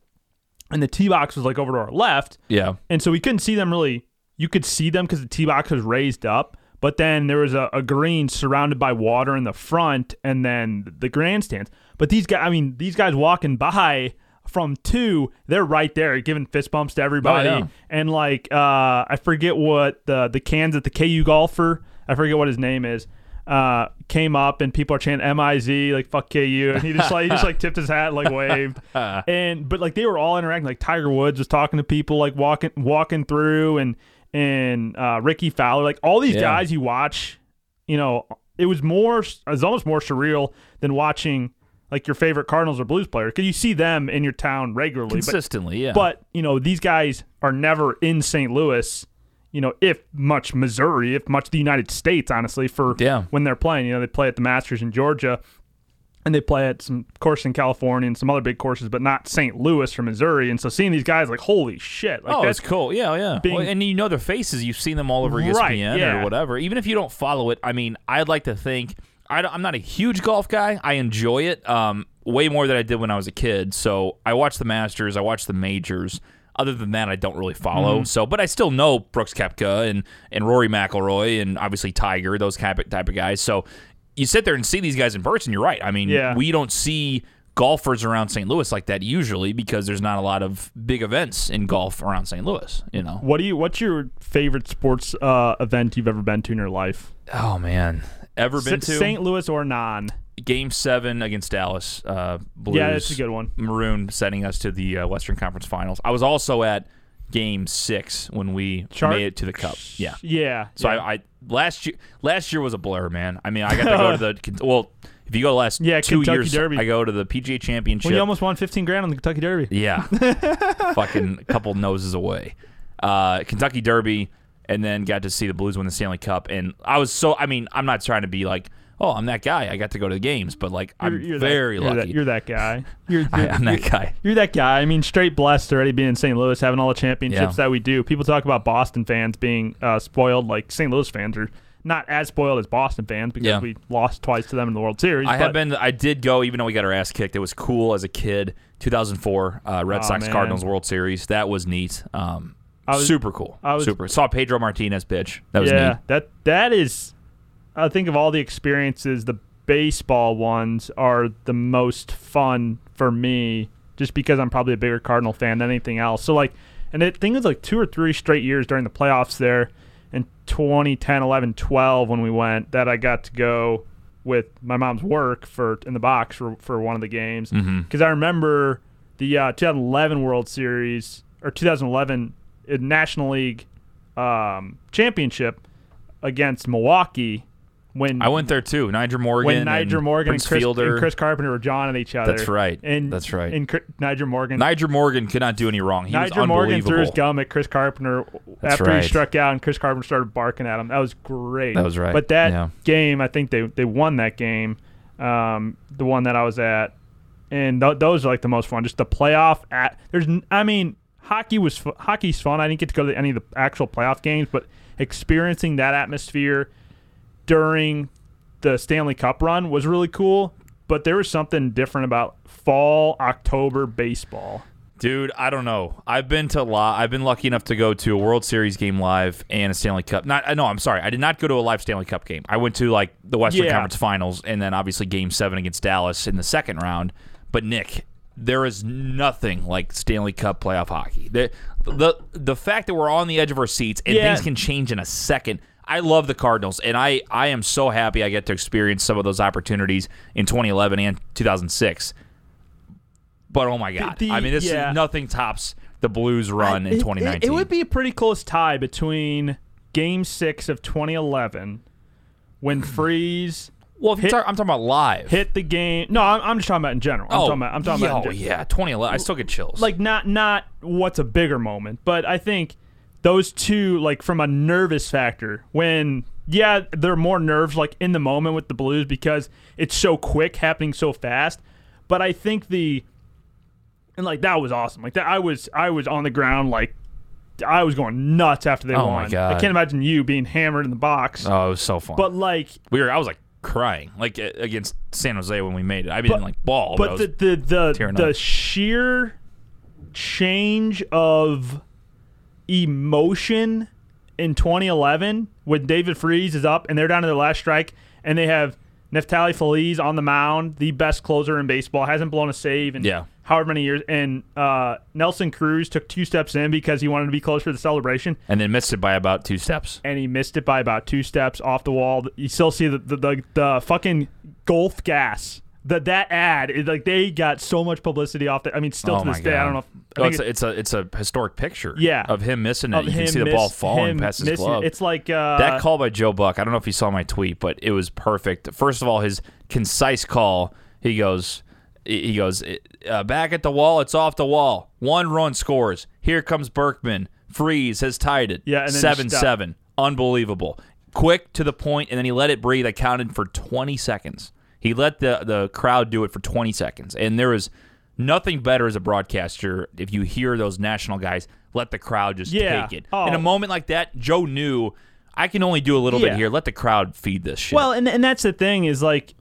and the tee box was like over to our left, Yeah, and so we couldn't see them really. You could see them because the tee box was raised up, but then there was a, a green surrounded by water in the front, and then the grandstands. But these guys, I mean, these guys walking by from two, they're right there giving fist bumps to everybody. Oh, yeah. And like, uh, I forget what the the Kansas, the KU golfer, I forget what his name is. Uh, came up and people are chanting M I Z like fuck KU and he just like he just like tipped his hat and, like waved and but like they were all interacting like Tiger Woods was talking to people like walking walking through and and uh, Ricky Fowler like all these Yeah. guys you watch you know it was more it was almost more surreal than watching like your favorite Cardinals or Blues player because you see them in your town regularly but consistently. Yeah, but you know these guys are never in St. Louis. You know, if much Missouri, if much the United States, honestly, for Yeah. when they're playing. You know, they play at the Masters in Georgia, and they play at some course in California and some other big courses, but not St. Louis or Missouri. And so seeing these guys, like, holy shit! Like, oh, that's that's cool. Yeah, yeah. being- Well, and you know their faces. You've seen them all over E ESPN Right, or yeah. whatever. Even if you don't follow it, I mean, I'd like to think I don't, I'm not a huge golf guy. I enjoy it um, way more than I did when I was a kid. So I watch the Masters. I watch the majors. Other than that, I don't really follow. So, but I still know Brooks Koepka and and Rory McIlroy and obviously Tiger, those type of, type of guys. So you sit there and see these guys in person. You're right. I mean, Yeah. we don't see golfers around St. Louis like that usually because there's not a lot of big events in golf around St. Louis, you know. what do you? What's your favorite sports uh, event you've ever been to in your life? Oh man. Ever been to St. Louis or non? game 7 against Dallas uh Blues. Yeah, that's a good one. Maroon sending us to the uh, Western Conference Finals. I was also at game 6 when we Char- made it to the cup. Yeah. Yeah. So yeah. I, I last year last year was a blur, man. I mean, I got to go to the Ken- well, if you go the last Yeah, 2 Kentucky years Derby. I go to the PGA Championship. well, you almost won fifteen grand on the Kentucky Derby. Yeah. Fucking couple noses away. Uh, Kentucky Derby, and then got to see the Blues win the Stanley Cup. And I was so, I mean, I'm not trying to be like, oh, I'm that guy. I got to go to the games, but like, I'm You're- you're that- very you're that- lucky. you're that guy. You're, I, you're- am that you're- guy. You're that guy. I mean, straight blessed already being in St. Louis, having all the championships Yeah. that we do. People talk about Boston fans being uh, spoiled, like St. Louis fans are not as spoiled as Boston fans because Yeah. we lost twice to them in the World Series. I but have been. I did go, even though we got our ass kicked. It was cool as a kid. 2004 uh, Red Aw, Sox man. Cardinals World Series. That was neat. Um, was- super cool. I was- super. Saw Pedro Martinez pitch. That was yeah, neat. that that is. I think of all the experiences, the baseball ones are the most fun for me, just because I'm probably a bigger Cardinal fan than anything else. So like, and I think it was like two or three straight years during the playoffs there in 2010, 11, 12 when we went that I got to go with my mom's work for in the box for, for one of the games because Mm-hmm. I remember the uh, 2011 World Series or 2011 uh, National League um, championship against Milwaukee when I went there too. Niger Morgan. when Niger and Morgan and Prince Chris, Fielder. and Chris Carpenter were jawing at each other. That's right. And That's right. And Chris, Niger Morgan. Niger Morgan could not do any wrong. He Niger was Morgan unbelievable. threw his gum at Chris Carpenter after right. he struck out, and Chris Carpenter started barking at him. That was great. That was right, But that yeah. game, I think they they won that game, um, the one that I was at, and th- those are like the most fun. Just the playoff at there's, n- I mean, hockey was fu- hockey's fun. I didn't get to go to any of the actual playoff games, but experiencing that atmosphere during the Stanley Cup run was really cool. But there was something different about fall October baseball. Dude, I don't know. I've been to a lot. I've been lucky enough to go to a World Series game live and a Stanley Cup. Not uh, no, I'm sorry. I did not go to a live Stanley Cup game. I went to like the Western Yeah. Conference Finals and then obviously game 7 against Dallas in the second round. But Nick, there is nothing like Stanley Cup playoff hockey. The the the fact that we're on the edge of our seats and Yeah. things can change in a second. I love the Cardinals, and I, I am so happy I get to experience some of those opportunities in 2011 and 2006. But oh my god, The- I mean, this yeah. is nothing tops the Blues run It- in it- 2019. It, would be a pretty close tie between Game Six of 2011, when Freeze well. If you're hit- talk- I'm talking about live. hit the game. No, I'm, I'm just talking about in general. I'm oh, talking about. I'm talking about. yo, in gen- yeah, 2011. I still get chills. Like not not what's a bigger moment, but I think those two like from a nervous factor when yeah they're more nerves like in the moment with the Blues because it's so quick happening so fast, but I think the and like that was awesome. Like that I was I was on the ground like. I was going nuts after they Oh my won. I God. can't imagine you being hammered in the box. oh, it was so fun. But like we were. I was like crying, like a- against San Jose when we made it. I mean, But- like ball. I but was- the the the, tearing the up. sheer change of emotion in 2011 when David Freeze is up and they're down to their last strike and they have Neftali Feliz on the mound, the best closer in baseball, hasn't blown a save in Yeah. however many years. And uh, Nelson Cruz took two steps in because he wanted to be closer to the celebration and then missed it by about two steps. and he missed it by about two steps off the wall. You still see the the, the, the fucking Gulf gas. That that ad is like they got so much publicity off that. I mean, still oh to my this god! day, I don't know. If, I Oh, it's, think a, it's a it's a historic picture. Yeah. of him missing it. of Oh, you can him see the ball miss- falling him past his missing it. glove. It's like uh, That call by Joe Buck, I don't know if you saw my tweet, but it was perfect. First of all, his concise call, he goes, he goes, uh, back at the wall, it's off the wall. One run scores. Here comes Berkman. Freeze has tied it. Yeah, and then he seven stopped. seven, unbelievable. Quick to the point, and then he let it breathe. I counted for 20 seconds. He let the the crowd do it for 20 seconds, and there was nothing better as a broadcaster if you hear those national guys let the crowd just Yeah. take it Oh. in a moment like that. Joe knew I can only do a little Yeah. bit here. Let the crowd feed this shit. Well, and and that's the thing is like,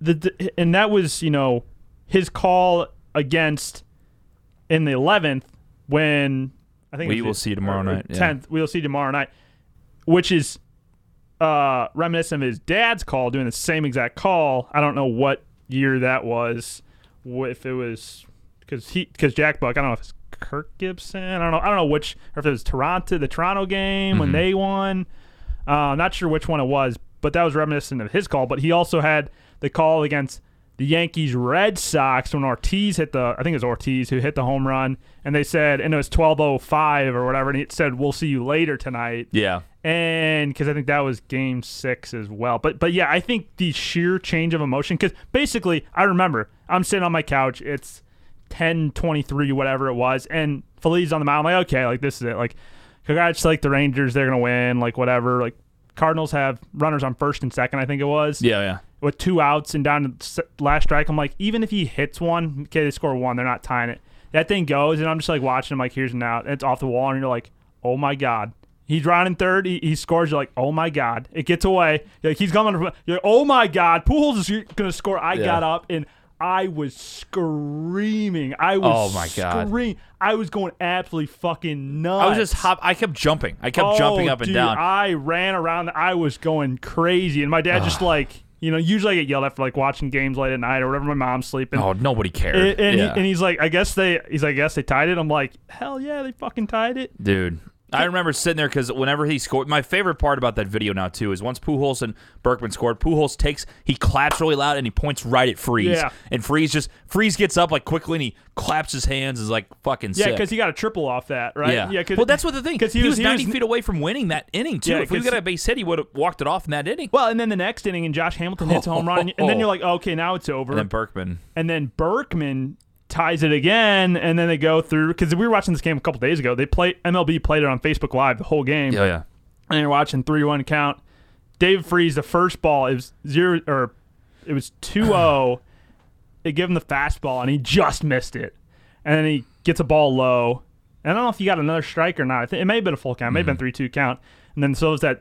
the, the and that was you know his call against in the eleventh when I think it We was will the- see tomorrow or night, yeah. Tenth, we'll see tomorrow night, which is uh reminiscent of his dad's call doing the same exact call. I don't know what year that was, wh- if it was because he because Jack Buck. I don't know if it's Kirk Gibson. I don't know. I don't know which or if it was Toronto, the Toronto game when they won. Uh, I'm not sure which one it was, but that was reminiscent of his call. But he also had the call against the Yankees Red Sox when Ortiz hit the I think it was Ortiz who hit the home run, and they said and it was 12:05 or whatever, and he said we'll see you later tonight. yeah. And because I think that was game six as well, but but yeah, I think the sheer change of emotion. Because basically, I remember I'm sitting on my couch. It's 10 23 whatever it was and Feliz on the mound I'm like okay like this is it like congrats like the Rangers they're gonna win like whatever like Cardinals have runners on first and second I think it was Yeah, yeah. with two outs and down to the s- last strike I'm like even if he hits one okay they score one they're not tying it that thing goes and I'm just like watching him like here's an out and it's off the wall and you're like oh my god he's running third he, he scores you're like oh my god it gets away You're like he's coming from- you're like oh my god Pujols is gonna score I got up and I was screaming I was Oh my God. scream- I was going absolutely fucking nuts. I was just hop. I kept jumping. I kept Oh, jumping up and dude, down. I ran around. I was going crazy, and my dad just like you know usually I get yelled at for like watching games late at night or whatever. My mom's sleeping. oh, nobody cared. And, and, yeah. he, and he's like, I guess they. He's like, I guess they tied it. I'm like, hell yeah, they fucking tied it. Dude. I remember sitting there because whenever he scored, my favorite part about that video now too is once Pujols and Berkman scored, Pujols takes, he claps really loud and he points right at Freeze, Yeah. and Freeze just Freeze gets up like quickly and he claps his hands and is like fucking Yeah, sick. because he got a triple off that, right? Yeah. yeah 'cause- well, that's what the thing. Because Because he, was, he 90 was- feet away from winning that inning too. Yeah, if we 'cause- got a base hit, he would have walked it off in that inning. Well, and then the next inning, and Josh Hamilton hits a home run, and, and then you're like, okay, now it's over. Oh. and then Berkman. and then Berkman ties it again, and then they go through because we were watching this game a couple days ago. They play MLB played it on Facebook Live the whole game, Yeah, yeah. and you're watching three one count. David Freeze, the first ball is zero or It was 2-0. they give him the fastball, and he just missed it. And then he gets a ball low. And I don't know if he got another strike or not. I think it may have been a full count. It may have been three-two count. And then so is that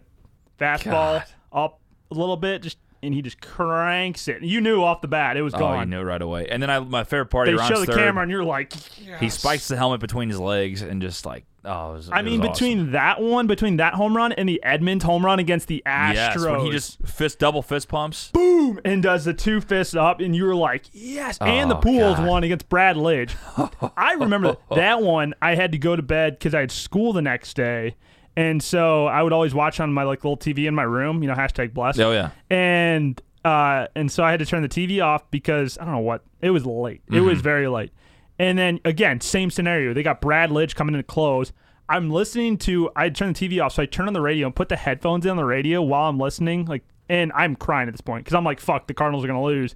fastball Mm-hmm. God. up a little bit, just and he just cranks it. You knew off the bat it was Oh, you gone. knew right away. And then I, my favorite part, They Ron's show the third, camera, and you're like, He spikes the helmet between his legs and just like, oh, it was, I it mean, was between awesome. that one, between that home run and the Edmonds home run against the Astros, yes, when he just fist double fist pumps. boom and does the two fists up, and you were like, yes. and the Oh, Pools God. one against Brad Lidge. I remember that one. I had to go to bed because I had school the next day, and so I would always watch on my like little TV in my room. You know, hashtag blessed. Oh yeah, and uh, and so I had to turn the TV off because I don't know what it was late. It Mm-hmm. was very late. And then again, same scenario. They got Brad Lidge coming in to close. I'm listening to. I turned the TV off, so I turn on the radio and put the headphones in on the radio while I'm listening. Like, and I'm crying at this point because I'm like, "Fuck, the Cardinals are gonna lose."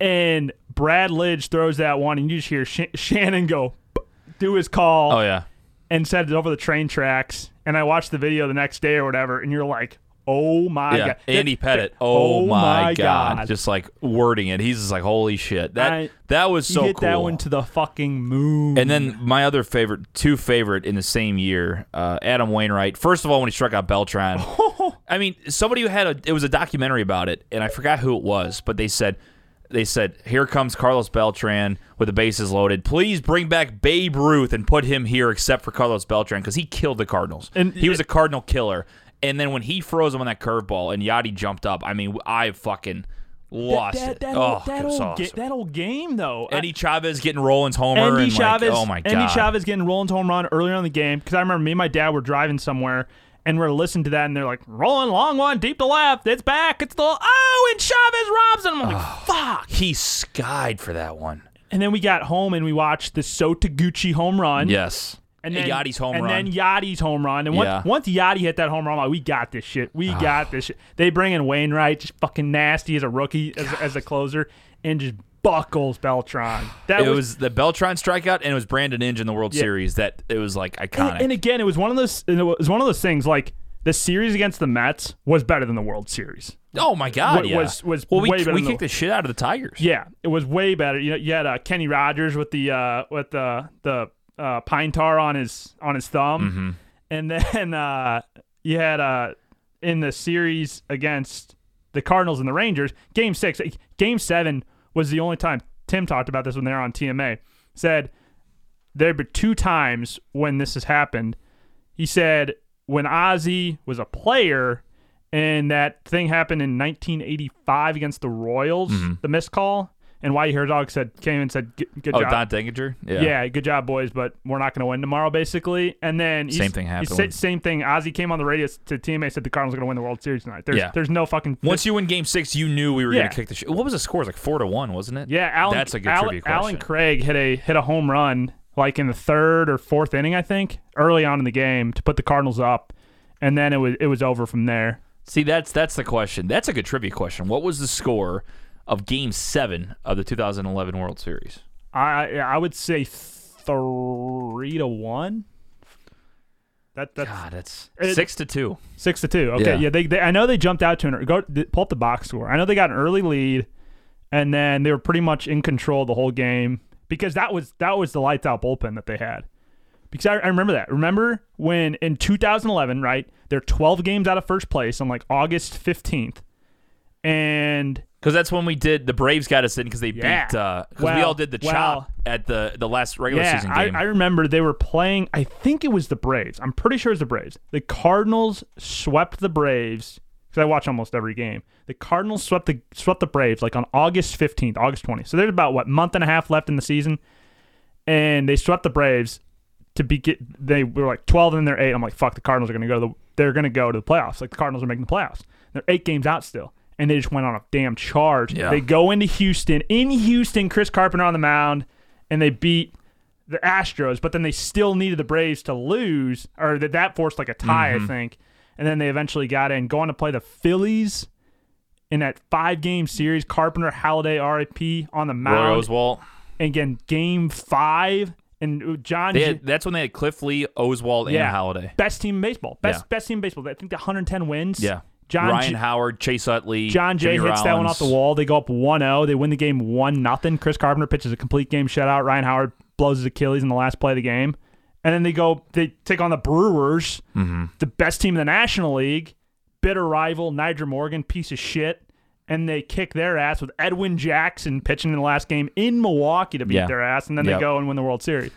And Brad Lidge throws that one, and you just hear Sh- Shannon go, "P-" do his call oh yeah. and said it over the train tracks. And I watched the video the next day or whatever, and you're like, oh my Yeah, god, Andy That- Pettit. that- Oh, my, god. God. just like wording it. He's just like, holy shit. That I- that was You so hit cool. that one to the fucking moon. and then my other favorite, two favorite in the same year, uh, Adam Wainwright. First of all, when he struck out Beltran, I mean, somebody who had a it was a documentary about it, and I forgot who it was, but they said they said here comes Carlos Beltran with the bases loaded. Please bring back Babe Ruth and put him here, except for Carlos Beltran because he killed the Cardinals. And- he was a Cardinal killer. And then when he froze him on that curveball and Yachty jumped up, I mean, I fucking lost that, it. that, Oh, old, that, it was old awesome. ga- that old game though. I- Eddie Chavez getting Rollins homer Andy and Chavez, like, oh my god, Andy Chavez getting Rollins home run earlier on the game because I remember me and my dad were driving somewhere and we're listening to that and they're like, Rolling long one deep to left, it's back, it's the oh, and Chavez robs him. I'm like, fuck. he skied for that one. And then we got home and we watched the Sotaguchi home run. Yes, And then, Yachty's home and run. then Yachty's home run. And once, Yeah. once Yachty hit that home run, I'm like, we got this shit. We got this shit. They bring in Wainwright, just fucking nasty as a rookie, as, as a closer, and just buckles Beltron. That it was, the Beltron strikeout, and it was Brandon Inge in the World Yeah. Series that it was like iconic. and, and again, it was one of those. It was one of those things like the series against the Mets was better than the World Series. oh my God, Wa- yeah. was- was well, we, way better we than kicked the- the shit out of the Tigers. Yeah, it was way better. You know, you had uh, Kenny Rogers with the uh, with the the uh, pine tar on his on his thumb, and then uh, you had uh, in the series against the Cardinals and the Rangers, Game Six, Game Seven was the only time Tim talked about this when they were on TMA. Said there were two times when this has happened. He said when Ozzy was a player and that thing happened in 1985 against the Royals, Mm-hmm. the missed call, and Whitey Herzog said came and said, "Good, good Oh, job." Don Denginger. Yeah. yeah. good job, boys, but we're not going to win tomorrow, basically. And then he Same s- thing he happened said when- same thing. Ozzy came on the radio s- to TMA said the Cardinals are going to win the World Series tonight. There's, Yeah. there's no fucking Once you win Game Six, you knew we were Yeah. gonna kick the shit. What was the score? It was like four to one, wasn't it? Yeah, Alan. That's a good Alan, trivia question. Alan Craig hit a hit a home run like in the third or fourth inning, I think, early on in the game to put the Cardinals up, and then it was it was over from there. See, that's that's the question. That's a good trivia question. What was the score of Game Seven of the 2011 World Series? I I would say three to one. That that's God, that's It- six to two. six to two. Okay, Yeah. yeah. they, they I know they jumped out to an go th- pull up the box score. I know they got an early lead, and then they were pretty much in control the whole game because that was that was the lights out bullpen that they had. Because I, I remember that. Remember when in 2011, right? They're 12 games out of first place on like August 15th, and Because that's when we did the Braves got us in because they Yeah. beat. Because we Well, all did the well. chop at the the last regular yeah, season I, game. I remember they were playing. I think it was the Braves. I'm pretty sure it was the Braves. The Cardinals swept the Braves because I watch almost every game. The Cardinals swept the swept the Braves like on August 15th, August 20th. So there's about what month and a half left in the season, and they swept the Braves to be get. They were like 12 and they're eight. I'm like, fuck, the Cardinals are gonna go. To the, they're gonna go to the playoffs. Like the Cardinals are making the playoffs. They're eight games out still. And they just went on a damn charge. Yeah. They go into Houston. In Houston, Chris Carpenter on the mound, and they beat the Astros, but then they still needed the Braves to lose, or that that forced like a tie, Mm-hmm. I think. And then they eventually got in, going to play the Phillies in that five game series. Carpenter, Halliday, RIP on the Roy mound, Oswalt. and again game five. And uh, John, They Ju- had, that's when they had Cliff Lee, Oswald, and yeah, Holiday. best team in baseball, best Yeah. best team in baseball. I think the 110 wins. Yeah. John Ryan J- Howard, Chase Utley, John Jay hits Jimmy that one off the Rollins. wall. They go up 1 0. They win the game 1 nothing. Chris Carpenter pitches a complete game shutout. Ryan Howard blows his Achilles in the last play of the game. And then they go, they take on the Brewers, Mm-hmm. the best team in the National League, bitter rival, Niger Morgan, piece of shit. And they kick their ass with Edwin Jackson pitching in the last game in Milwaukee to beat Yeah. their ass. And then Yep. they go and win the World Series.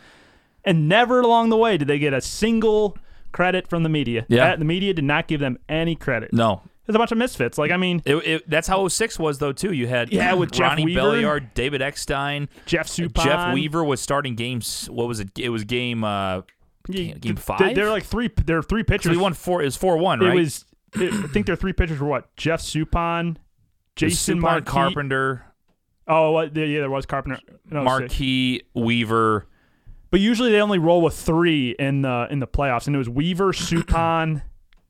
And never along the way did they get a single credit from the media. Yeah. That- the media did not give them any credit. No, It's a bunch of misfits. Like, I mean, It, it, that's how 06 was though too. You had Yeah, with Jeff Ronnie Weaver. Belliard, David Eckstein, uh, Jeff Suppan. Jeff Weaver was starting games. What was it? It was game uh, Yeah, game five. They, they're like three. They're three pitchers. we won four. It was four one, It right? was. It, I think their three pitchers were what? Jeff Suppan, It was Jason Suppan, Marquis. Carpenter, Oh, what- yeah, yeah, there was Carpenter. No, sick. Marquis Weaver. But usually they only roll with three in the in the playoffs, and it was Weaver, Suppan,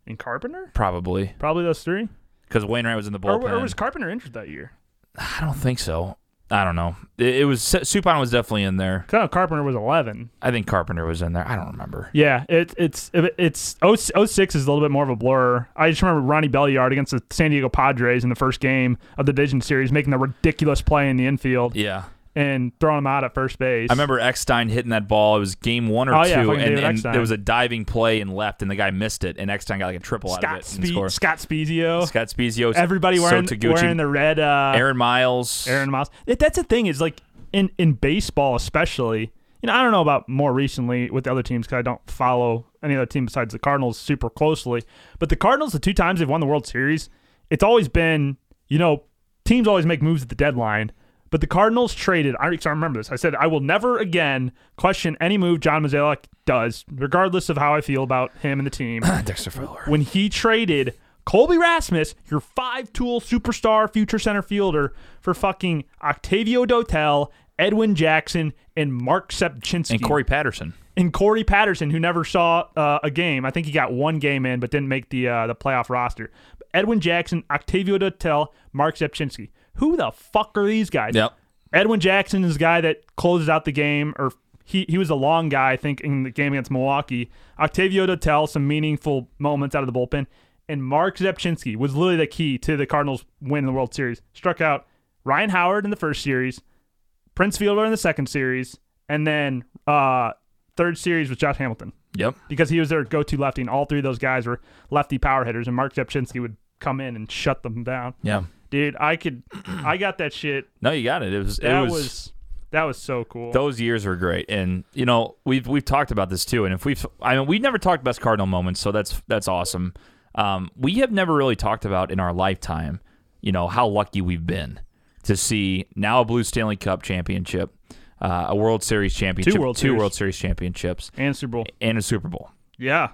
and Carpenter. Probably Probably those three. because Wainwright was in the Or, bullpen. or was Carpenter injured that year? I don't think so. I don't know. It, it was Supon was definitely in there. 'Cause I know Carpenter was eleven. I think Carpenter was in there. I don't remember. Yeah, it, it's it, it's oh six is a little bit more of a blur. I just remember Ronnie Belliard against the San Diego Padres in the first game of the division series, making the ridiculous play in the infield Yeah. and throwing him out at first base. I remember Eckstein hitting that ball. It was game one or Oh, two, yeah, fucking and, David and Eckstein. there was a diving play and left, and the guy missed it, and Eckstein got like a triple out of Scott it and scored. Spe- Scott Spezio, Scott Spezio, everybody wearing Sota Gucci, wearing the red uh, Aaron Miles. Aaron Miles. That- That's the thing is like in in baseball especially. You know, I don't know about more recently with the other teams because I don't follow any other team besides the Cardinals super closely. But the Cardinals, the two times they've won the World Series, it's always been you know teams always make moves at the deadline. But the Cardinals traded. I, 'cause I remember this. I said I will never again question any move John Mozeliak does, regardless of how I feel about him and the team Dexter Fowler. when he traded Colby Rasmus, your five-tool superstar future center fielder, for fucking Octavio Dotel, Edwin Jackson, and Mark Sepchinski. and Corey Patterson. And Corey Patterson, who never saw uh, a game. I think he got one game in, but didn't make the uh, the playoff roster. Edwin Jackson, Octavio Dotel, Mark Sepchinski. Who the fuck are these guys? Yep. Edwin Jackson is the guy that closes out the game, or he, he was a long guy, I think, in the game against Milwaukee. Octavio Dotel, some meaningful moments out of the bullpen. And Mark Zepchinski was literally the key to the Cardinals win the World Series. Struck out Ryan Howard in the first series, Prince Fielder in the second series, and then uh, third series was Josh Hamilton Yep. because he was their go-to lefty, and all three of those guys were lefty power hitters, and Mark Zepchinski would come in and shut them down. Yeah. Dude, I could, I got that shit No, you got it. It was. It that was, was, that was so cool. Those years were great, and you know we've we've talked about this too. And if we've, I mean, we've never talked best Cardinal moments, so that's that's awesome. Um, we have never really talked about in our lifetime, you know, how lucky we've been to see now a blue Stanley Cup championship, uh, a World Series championship, World two Series. World Series championships, and Super Bowl. and a Super Bowl. Yeah.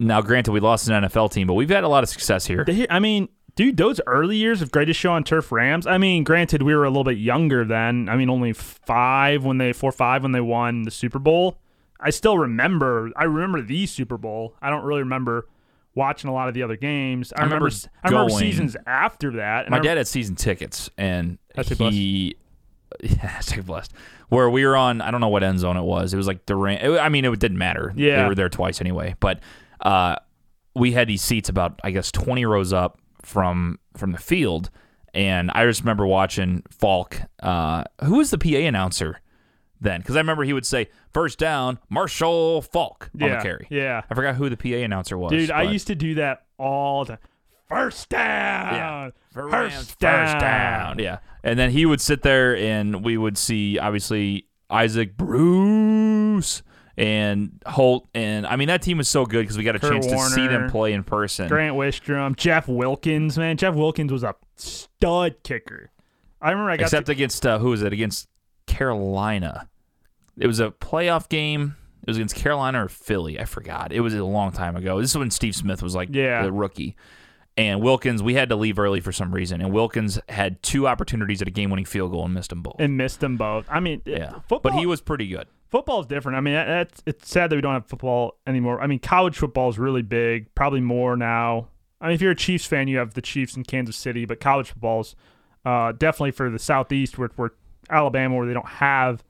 Now, granted, we lost an NFL team, but we've had a lot of success here. They, I mean, dude, those early years of greatest show on turf Rams. I mean, granted, we were a little bit younger then. I mean, only five when they four five when they won the Super Bowl. I still remember. I remember the Super Bowl. I don't really remember watching a lot of the other games. I, remember remember. I remember going- seasons after that. and My I dad had season tickets, and That's a blessed. he yeah, hashtag blessed. Where we were on, I don't know what end zone it was. It was like Durant. It, I mean, it didn't matter. Yeah. they were there twice anyway. But uh, we had these seats about, I guess, twenty rows up from from the field, and I just remember watching Falk. Uh, who was the PA announcer then? Because I remember he would say, first down, Marshall Falk on Yeah, the carry." yeah. I forgot who the PA announcer was. Dude, I but- used to do that all the first Yeah. down. For First Rams, down. First down. Yeah. And then he would sit there and we would see obviously Isaac Bruce and Holt and I mean that team was so good because we got a Kurt chance to see them Warner. play in person. Grant Wistrom, Jeff Wilkins, man. Jeff Wilkins was a stud kicker. I remember I got Except against uh, who was it? Against Carolina. It was a playoff game. It was against Carolina or Philly. I forgot. It was a long time ago. This is when Steve Smith was like Yeah. the rookie. And Wilkins, we had to leave early for some reason. And Wilkins had two opportunities at a game winning field goal and missed them both. to, and missed them both. I mean, Yeah, football. but he was pretty good. football's different. I mean, that- that's it's sad that we don't have football anymore. I mean, college football is really big, probably more now. I mean, if you're a Chiefs fan, you have the Chiefs in Kansas City, but college football's uh, definitely for the Southeast, where, where Alabama, where they don't have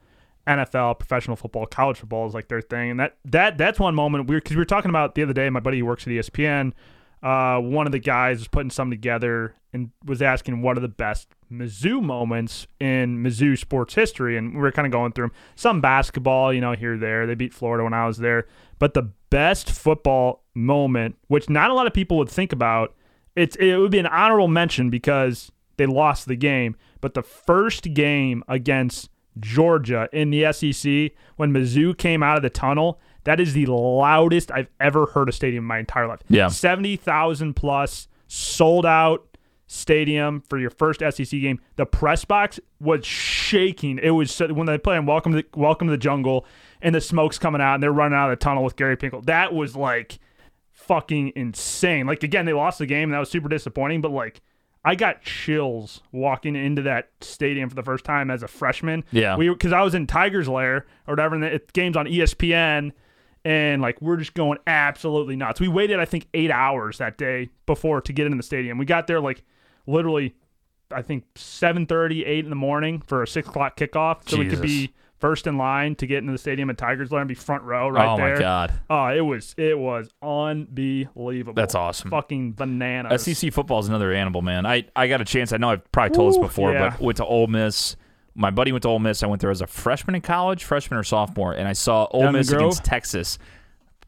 NFL professional football, college E football is like their thing, and that that that's one moment we're because we were talking about the other day. My buddy who works at ESPN uh, one of the guys was putting some together and was asking what are the best Mizzou moments in Mizzou sports history, and we were kind of going through them. Some basketball, you know, here there. They beat Florida when I was there, but the best football moment, which not a lot of people would think about, it's it would be an honorable mention because they lost the game, but the first game against Georgia in the SEC when Mizzou came out of the tunnel. That is the loudest I've ever heard a stadium in my entire life. Yeah. 70,000 plus sold out stadium for your first SEC game. The press box was shaking. It was so- when they play on Welcome to the, Welcome to the Jungle and the smoke's coming out and they're running out of the tunnel with Gary Pinkel. That was like fucking insane. Like again, they lost the game and that was super disappointing, but like I got chills walking into that stadium for the first time as a freshman. Yeah. We because I was in Tiger's Lair or whatever, and the game's on E ESPN, and like we're just going absolutely nuts. We waited, I think, eight hours that day before to get into the stadium. We got there like literally, I think 7:30, 8 in the morning for a six o'clock kickoff, so we could Jesus. be first in line to get into the stadium at Tiger's Lair and be front row right oh there. my god. Oh, it was it was unbelievable. That's awesome. Fucking bananas. SEC E football is another animal, man. I, I got a chance. I know I've probably told Woo, this before, yeah. but went to Ole Miss. My buddy went to Ole Miss. I went there as a freshman in college, freshman or sophomore, and I saw Ole Down in the Miss Grove? against Texas.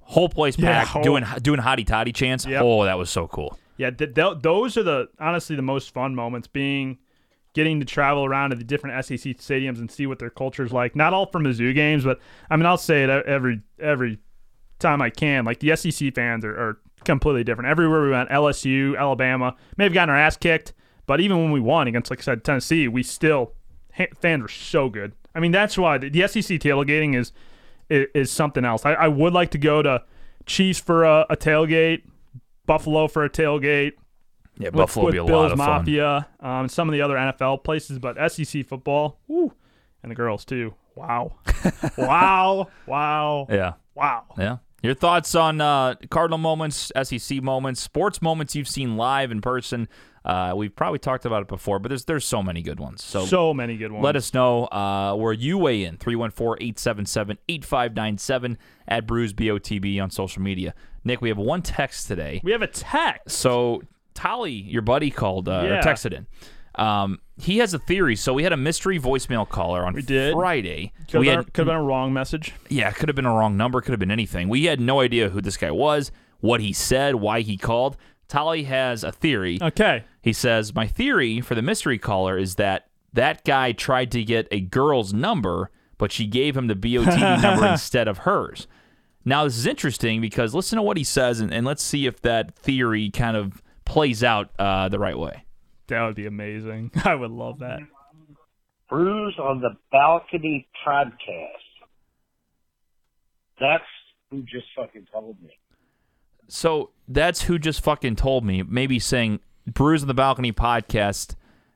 Whole place Yeah, packed, whole- doing doing hottie toddy chants. Yep. Oh, that was so cool. Yeah, th- th- those are the honestly the most fun moments being getting to travel around to the different SEC stadiums and see what their culture's like. Not all for Mizzou games, but I mean I'll say it e-, every every time I can. Like the SEC fans are, are completely different. Everywhere we went, LSU, Alabama, may have gotten our ass kicked, but even when we won against, like I said, Tennessee, we still ha- fans were so good. I mean that's why the, the SEC tailgating is is, is something else. I, I would like to go to Chiefs for a, a tailgate. Buffalo for a tailgate Yeah, with, Buffalo with would be a Bills lot of fun. Mafia, um, some of the other NFL places, but SEC football, woo, and the girls too. Wow, wow, wow, Yeah, wow. yeah. Your thoughts on uh, Cardinal moments, SEC moments, sports moments you've seen live in person? Uh, we've probably talked about it before, but there's there's so many good ones. So So many good ones. Um, Let us know uh, where you weigh in. 314 877 8597 at Brews BOTB on social media. Nick, we have one text today. We have a text. So, Tolly, your buddy, called uh, or Yeah. texted in. Um, he has a theory. So, we had a mystery voicemail caller on we did. Friday. Could we have had, been, could've been a wrong message. yeah, could have been a wrong number, could have been anything. We had no idea who this guy was, what he said, why he called. Tolly has a theory. Okay. He says, My theory for the mystery caller is that that guy tried to get a girl's number, but she gave him the BOTD number instead of hers. Now, this is interesting because listen to what he says and, and let's see if that theory kind of plays out uh, the right way. That would be amazing. I would love that. Brews on the Balcony podcast. That's who just fucking told me. So that's who just fucking told me, maybe saying Brews on the Balcony podcast,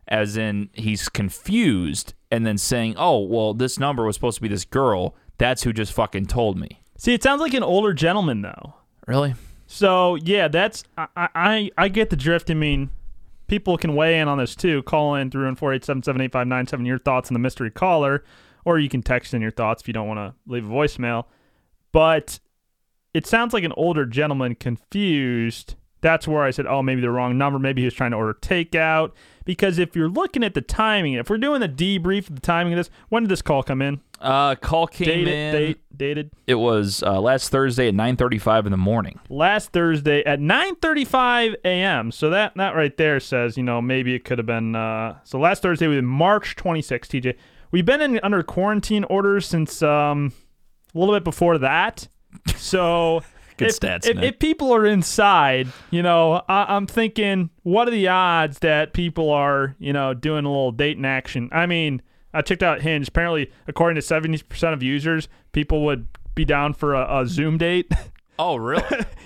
as in he's confused, and then saying, oh, well, this number was supposed to be this girl. That's who just fucking told me. See, it sounds like an older gentleman though. Really? So yeah, that's I I, I- I get the drift. I mean, people can weigh in on this too. Call in three one four eight seven seven eight five nine seven your thoughts on the mystery caller, or you can text in your thoughts if you don't want to leave a voicemail. But it sounds like an older gentleman confused. That's where I said, oh, maybe the wrong number. Maybe he was trying to order takeout. Because if you're looking at the timing, if we're doing the debrief of the timing of this, when did this call come in? Uh, call came in. Dated, date, dated. It was uh, last Thursday at 9:35 in the morning. last Thursday at 9:35 a.m. So that that right there says, you know, maybe it could have been. Uh, so last Thursday was March 26, TJ. We've been in under quarantine orders since um, a little bit before that. So Good if, stats, if, man. if people are inside, you know, I, I'm thinking, what are the odds that people are, you know, doing a little dating action? I mean, I checked out Hinge. Apparently, according to 70% of users, people would be down for a, a Zoom date. Oh, really?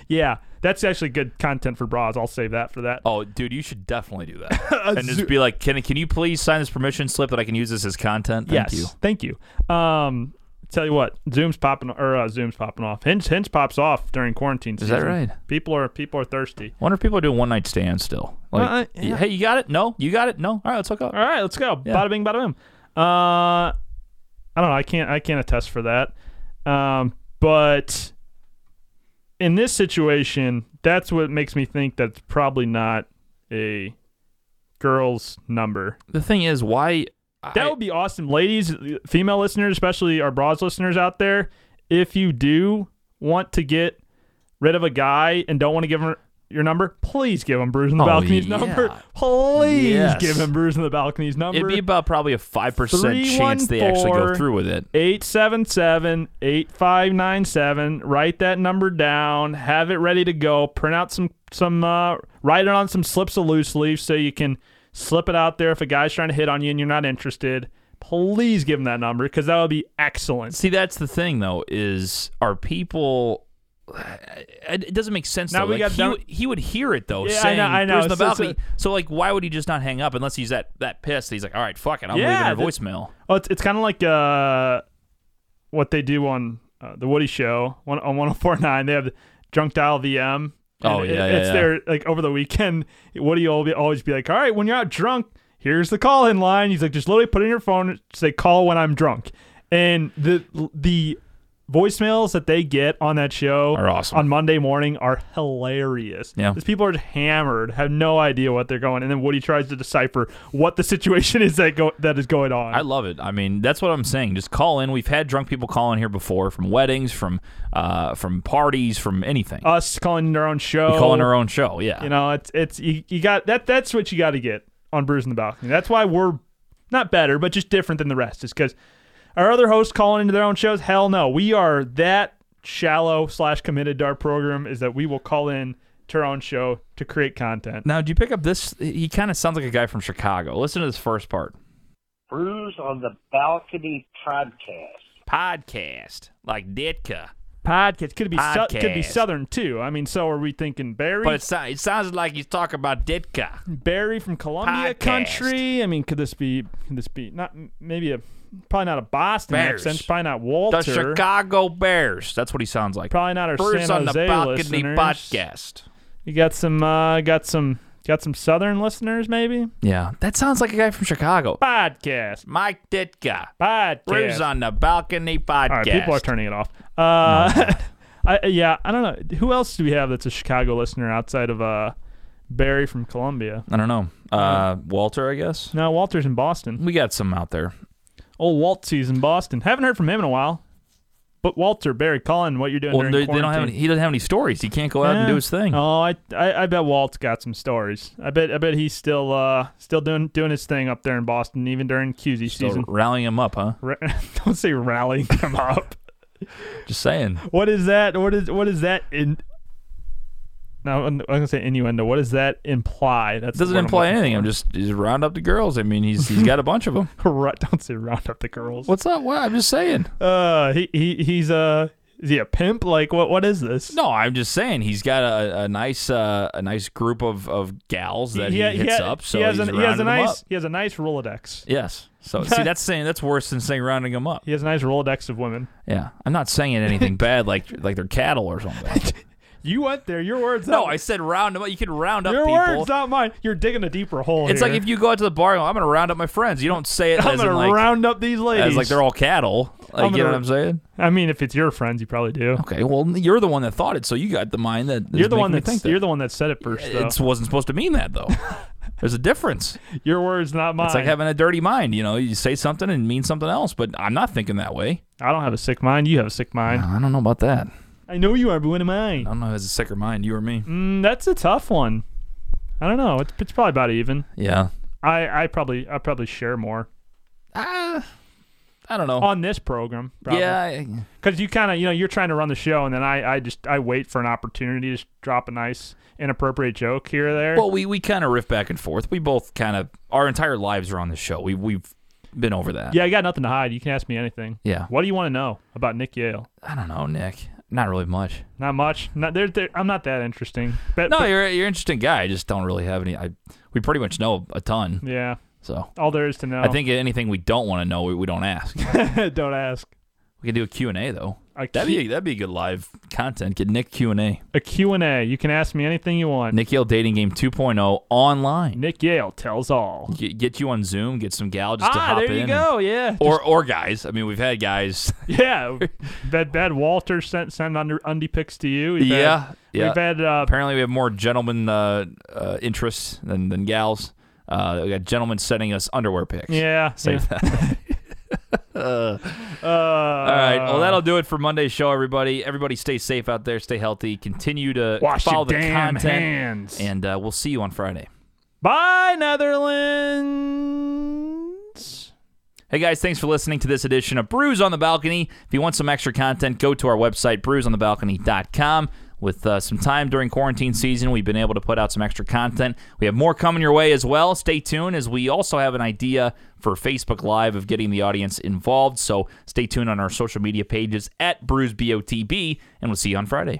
Yeah, that's actually good content for bras. I'll save that for that. oh, dude, you should definitely do that. and just be like, "Can can you please sign this permission slip that I can use this as content?" Thank yes, you. thank you. Um, tell you what, Zoom's popping or uh, Zoom's popping off. Hinge Hinge pops off during quarantine. Is that right? People are people are thirsty. Wonder if people are doing one night stands still. Like, Well, I- yeah. hey, you got it? No, you got it? No. All right, let's hook up. All right, let's go. Yeah. Bada bing, bada boom. Uh, I don't know. I can't. I can't attest for that. Um, but in this situation, that's what makes me think that's probably not a girl's number. The thing is, why? That I- would be awesome, ladies, female listeners, especially our broads listeners out there. If you do want to get rid of a guy and don't want to give him your number, please give him Bruising the Oh, Balcony's yeah. number. Please Yes. give him Bruising the Balcony's number. it'd be about probably a five percent chance they actually go 314 through with it. 877 8597. Write that number down. Have it ready to go. Print out some, some uh, write it on some slips of loose leaf so you can slip it out there if a guy's trying to hit on you and you're not interested. Please give him that number because that would be excellent. See, that's the thing though. Is are people? It it doesn't make sense. Now though. Like, we got he, down- would- he would hear it though, Yeah, I saying know- I know. "Where's the So- balcony?" So, like, why would he just not hang up unless he's that that pissed? that He's like, "All right, fuck it, I'm Yeah, leaving that- her voicemail." Oh, it's, it's kind of like uh, what they do on uh, the Woody Show one, oh on 1049. They have the drunk dial VM. And Oh, it- yeah, yeah, It's yeah. their like over the weekend. Woody will be, always be like, "All right, when you're out drunk, here's the call in line." He's like, "Just literally put in your phone, say call when I'm drunk," and the the voicemails that they get on that show Are awesome. on Monday morning are hilarious. Yeah. These people are just hammered, have no idea what they're going, and then Woody tries to decipher what the situation is that go that is going on. I love it. I mean, that's what I'm saying. Just call in. We've had drunk people call in here before from weddings, from uh, from parties, from anything. us calling their own show. Calling our own show. Yeah. Oh. You know, it's it's you, you got that. That's what you got to get on Bruising the Balcony. That's why we're not better, but just different than the rest. Is because our other hosts calling into their own shows. Hell no, we are that shallow slash committed to our program. Is that we will call in to our own show to create content. Now, did you pick up this? He kind of sounds like a guy from Chicago. Listen to this first part. Bruise on the Balcony podcast. Podcast like Ditka, Podcast could be sou- could be Podcast. southern too. I mean, so are we thinking Barry? but it, so- it sounds like he's talking about Ditka. Barry from Columbia Podcast. country. I mean, could this be? Could this be not maybe a probably not a Boston Bears. accent? Probably not The Walter. Chicago Bears. That's what he sounds like. Probably not our Bruce San on the Jose balcony listeners. podcast. You got some, uh, got some, got some Southern listeners, maybe. Yeah, that sounds like a guy from Chicago. Podcast, Mike Ditka. podcast. Bruce on the balcony podcast. All right, people are turning it off. Uh, I, yeah, I don't know. Who else do we have that's a Chicago listener outside of uh, Barry from Columbia? I don't know. Uh, Walter, I guess. No, Walter's in Boston. We got some out there. Old Waltzy's in Boston. Haven't heard from him in a while. But Walter, Barry, Colin, what you're doing Well, during they, they don't have. quarantine. Any, he doesn't have any stories. He can't go out and Yeah. do his thing. Oh, I, I I bet Walt's got some stories. I bet I bet he's still uh still doing doing his thing up there in Boston, even during QZ So season. rallying him up, huh? Ra- don't say rallying them up. Just saying. What is that? What is what is that in? No, I'm I'm gonna say innuendo. What does that imply? That It doesn't imply anything. I'm just he's round up the girls. I mean, he's he's got a bunch of them. Don't say round up the girls. What's up? What? I'm just saying. Uh, he he he's uh is he a pimp? Like what what is this? No, I'm just saying he's got a, a nice uh, a nice group of, of gals that he, ha- hits ha- up. So he has, he's an, he has a rounding 'em nice up. he has a nice Rolodex. Yes. So see, that's saying that's worse than saying rounding them up. He has a nice Rolodex of women. Yeah. I'm not saying anything bad like like they're cattle or something. You went there. Your words. no, not- I said round them up. You can round up Your people. words, not mine. You're digging a deeper hole. It's like if you go out to the bar and go, I'm going to round up my friends. You don't say it I'm as in gonna like, round up these ladies. as like they're all cattle. Like, I'm you know gonna- what I'm saying? I mean, if it's your friends, you probably do. Okay, well, you're the one that thought it, so you got the mind that is You're the making one me that think that. you're the one that said it first. Though. It wasn't supposed to mean that though. There's a difference. your words, not mine. It's like having a dirty mind. You know, you say something and it means something else. But I'm not thinking that way. I don't have a sick mind. You have a sick mind. I don't know about that. I know you are, but what am I? I don't know who has a sicker mind, you or me. Mm, that's a tough one. I don't know. It's, it's probably about even. Yeah. I, I probably I probably share more Uh, I don't know. on this program. Probably. yeah. I, because you kind of you know you're trying to run the show, and then I, I just I wait for an opportunity to just drop a nice inappropriate joke here or there. well, we we kind of riff back and forth. We both kind of our entire lives are on this show. We we've been over that. Yeah, I got nothing to hide. You can ask me anything. Yeah. What do you want to know about Nick Yale? I don't know, Nick. Not really much. Not much. Not there. there- I'm not that interesting. But, No, but- you're you're an interesting guy. I just don't really have any. I we pretty much know a ton. yeah. So All there is to know. I think anything we don't want to know, we, we don't ask. Don't ask. we can do a Q and A though. a, That'd Q- be that'd be good live content. Get Nick Q and A. a Q&A. You can ask me anything you want. Nick Yale dating game 2.0 online. Nick Yale tells all. Get, get you on Zoom. Get some gal Ah, just to hop in. and- Yeah. or or guys. I mean, we've had guys. Yeah, that bad Walter sent sent under undie pics to you. We've had- Yeah, yeah. We've had uh, Apparently, we have more gentlemen uh, uh, interests than than gals. Uh, we got gentlemen sending us underwear pics. yeah. Save yeah. that. Uh, All right. Well, that'll do it for Monday's show, everybody. Everybody, stay safe out there. Stay healthy. Continue to wash follow your the damn content. hands. And uh, we'll see you on Friday. Bye, Netherlands. Hey guys, thanks for listening to this edition of Brews on the Balcony. If you want some extra content, go to our website, brewsonthebalcony.com. With uh, some time during quarantine season, we've been able to put out some extra content. We have more coming your way as well. Stay tuned as we also have an idea for Facebook Live of getting the audience involved. So stay tuned on our social media pages at BrewsBOTB, and we'll see you on Friday.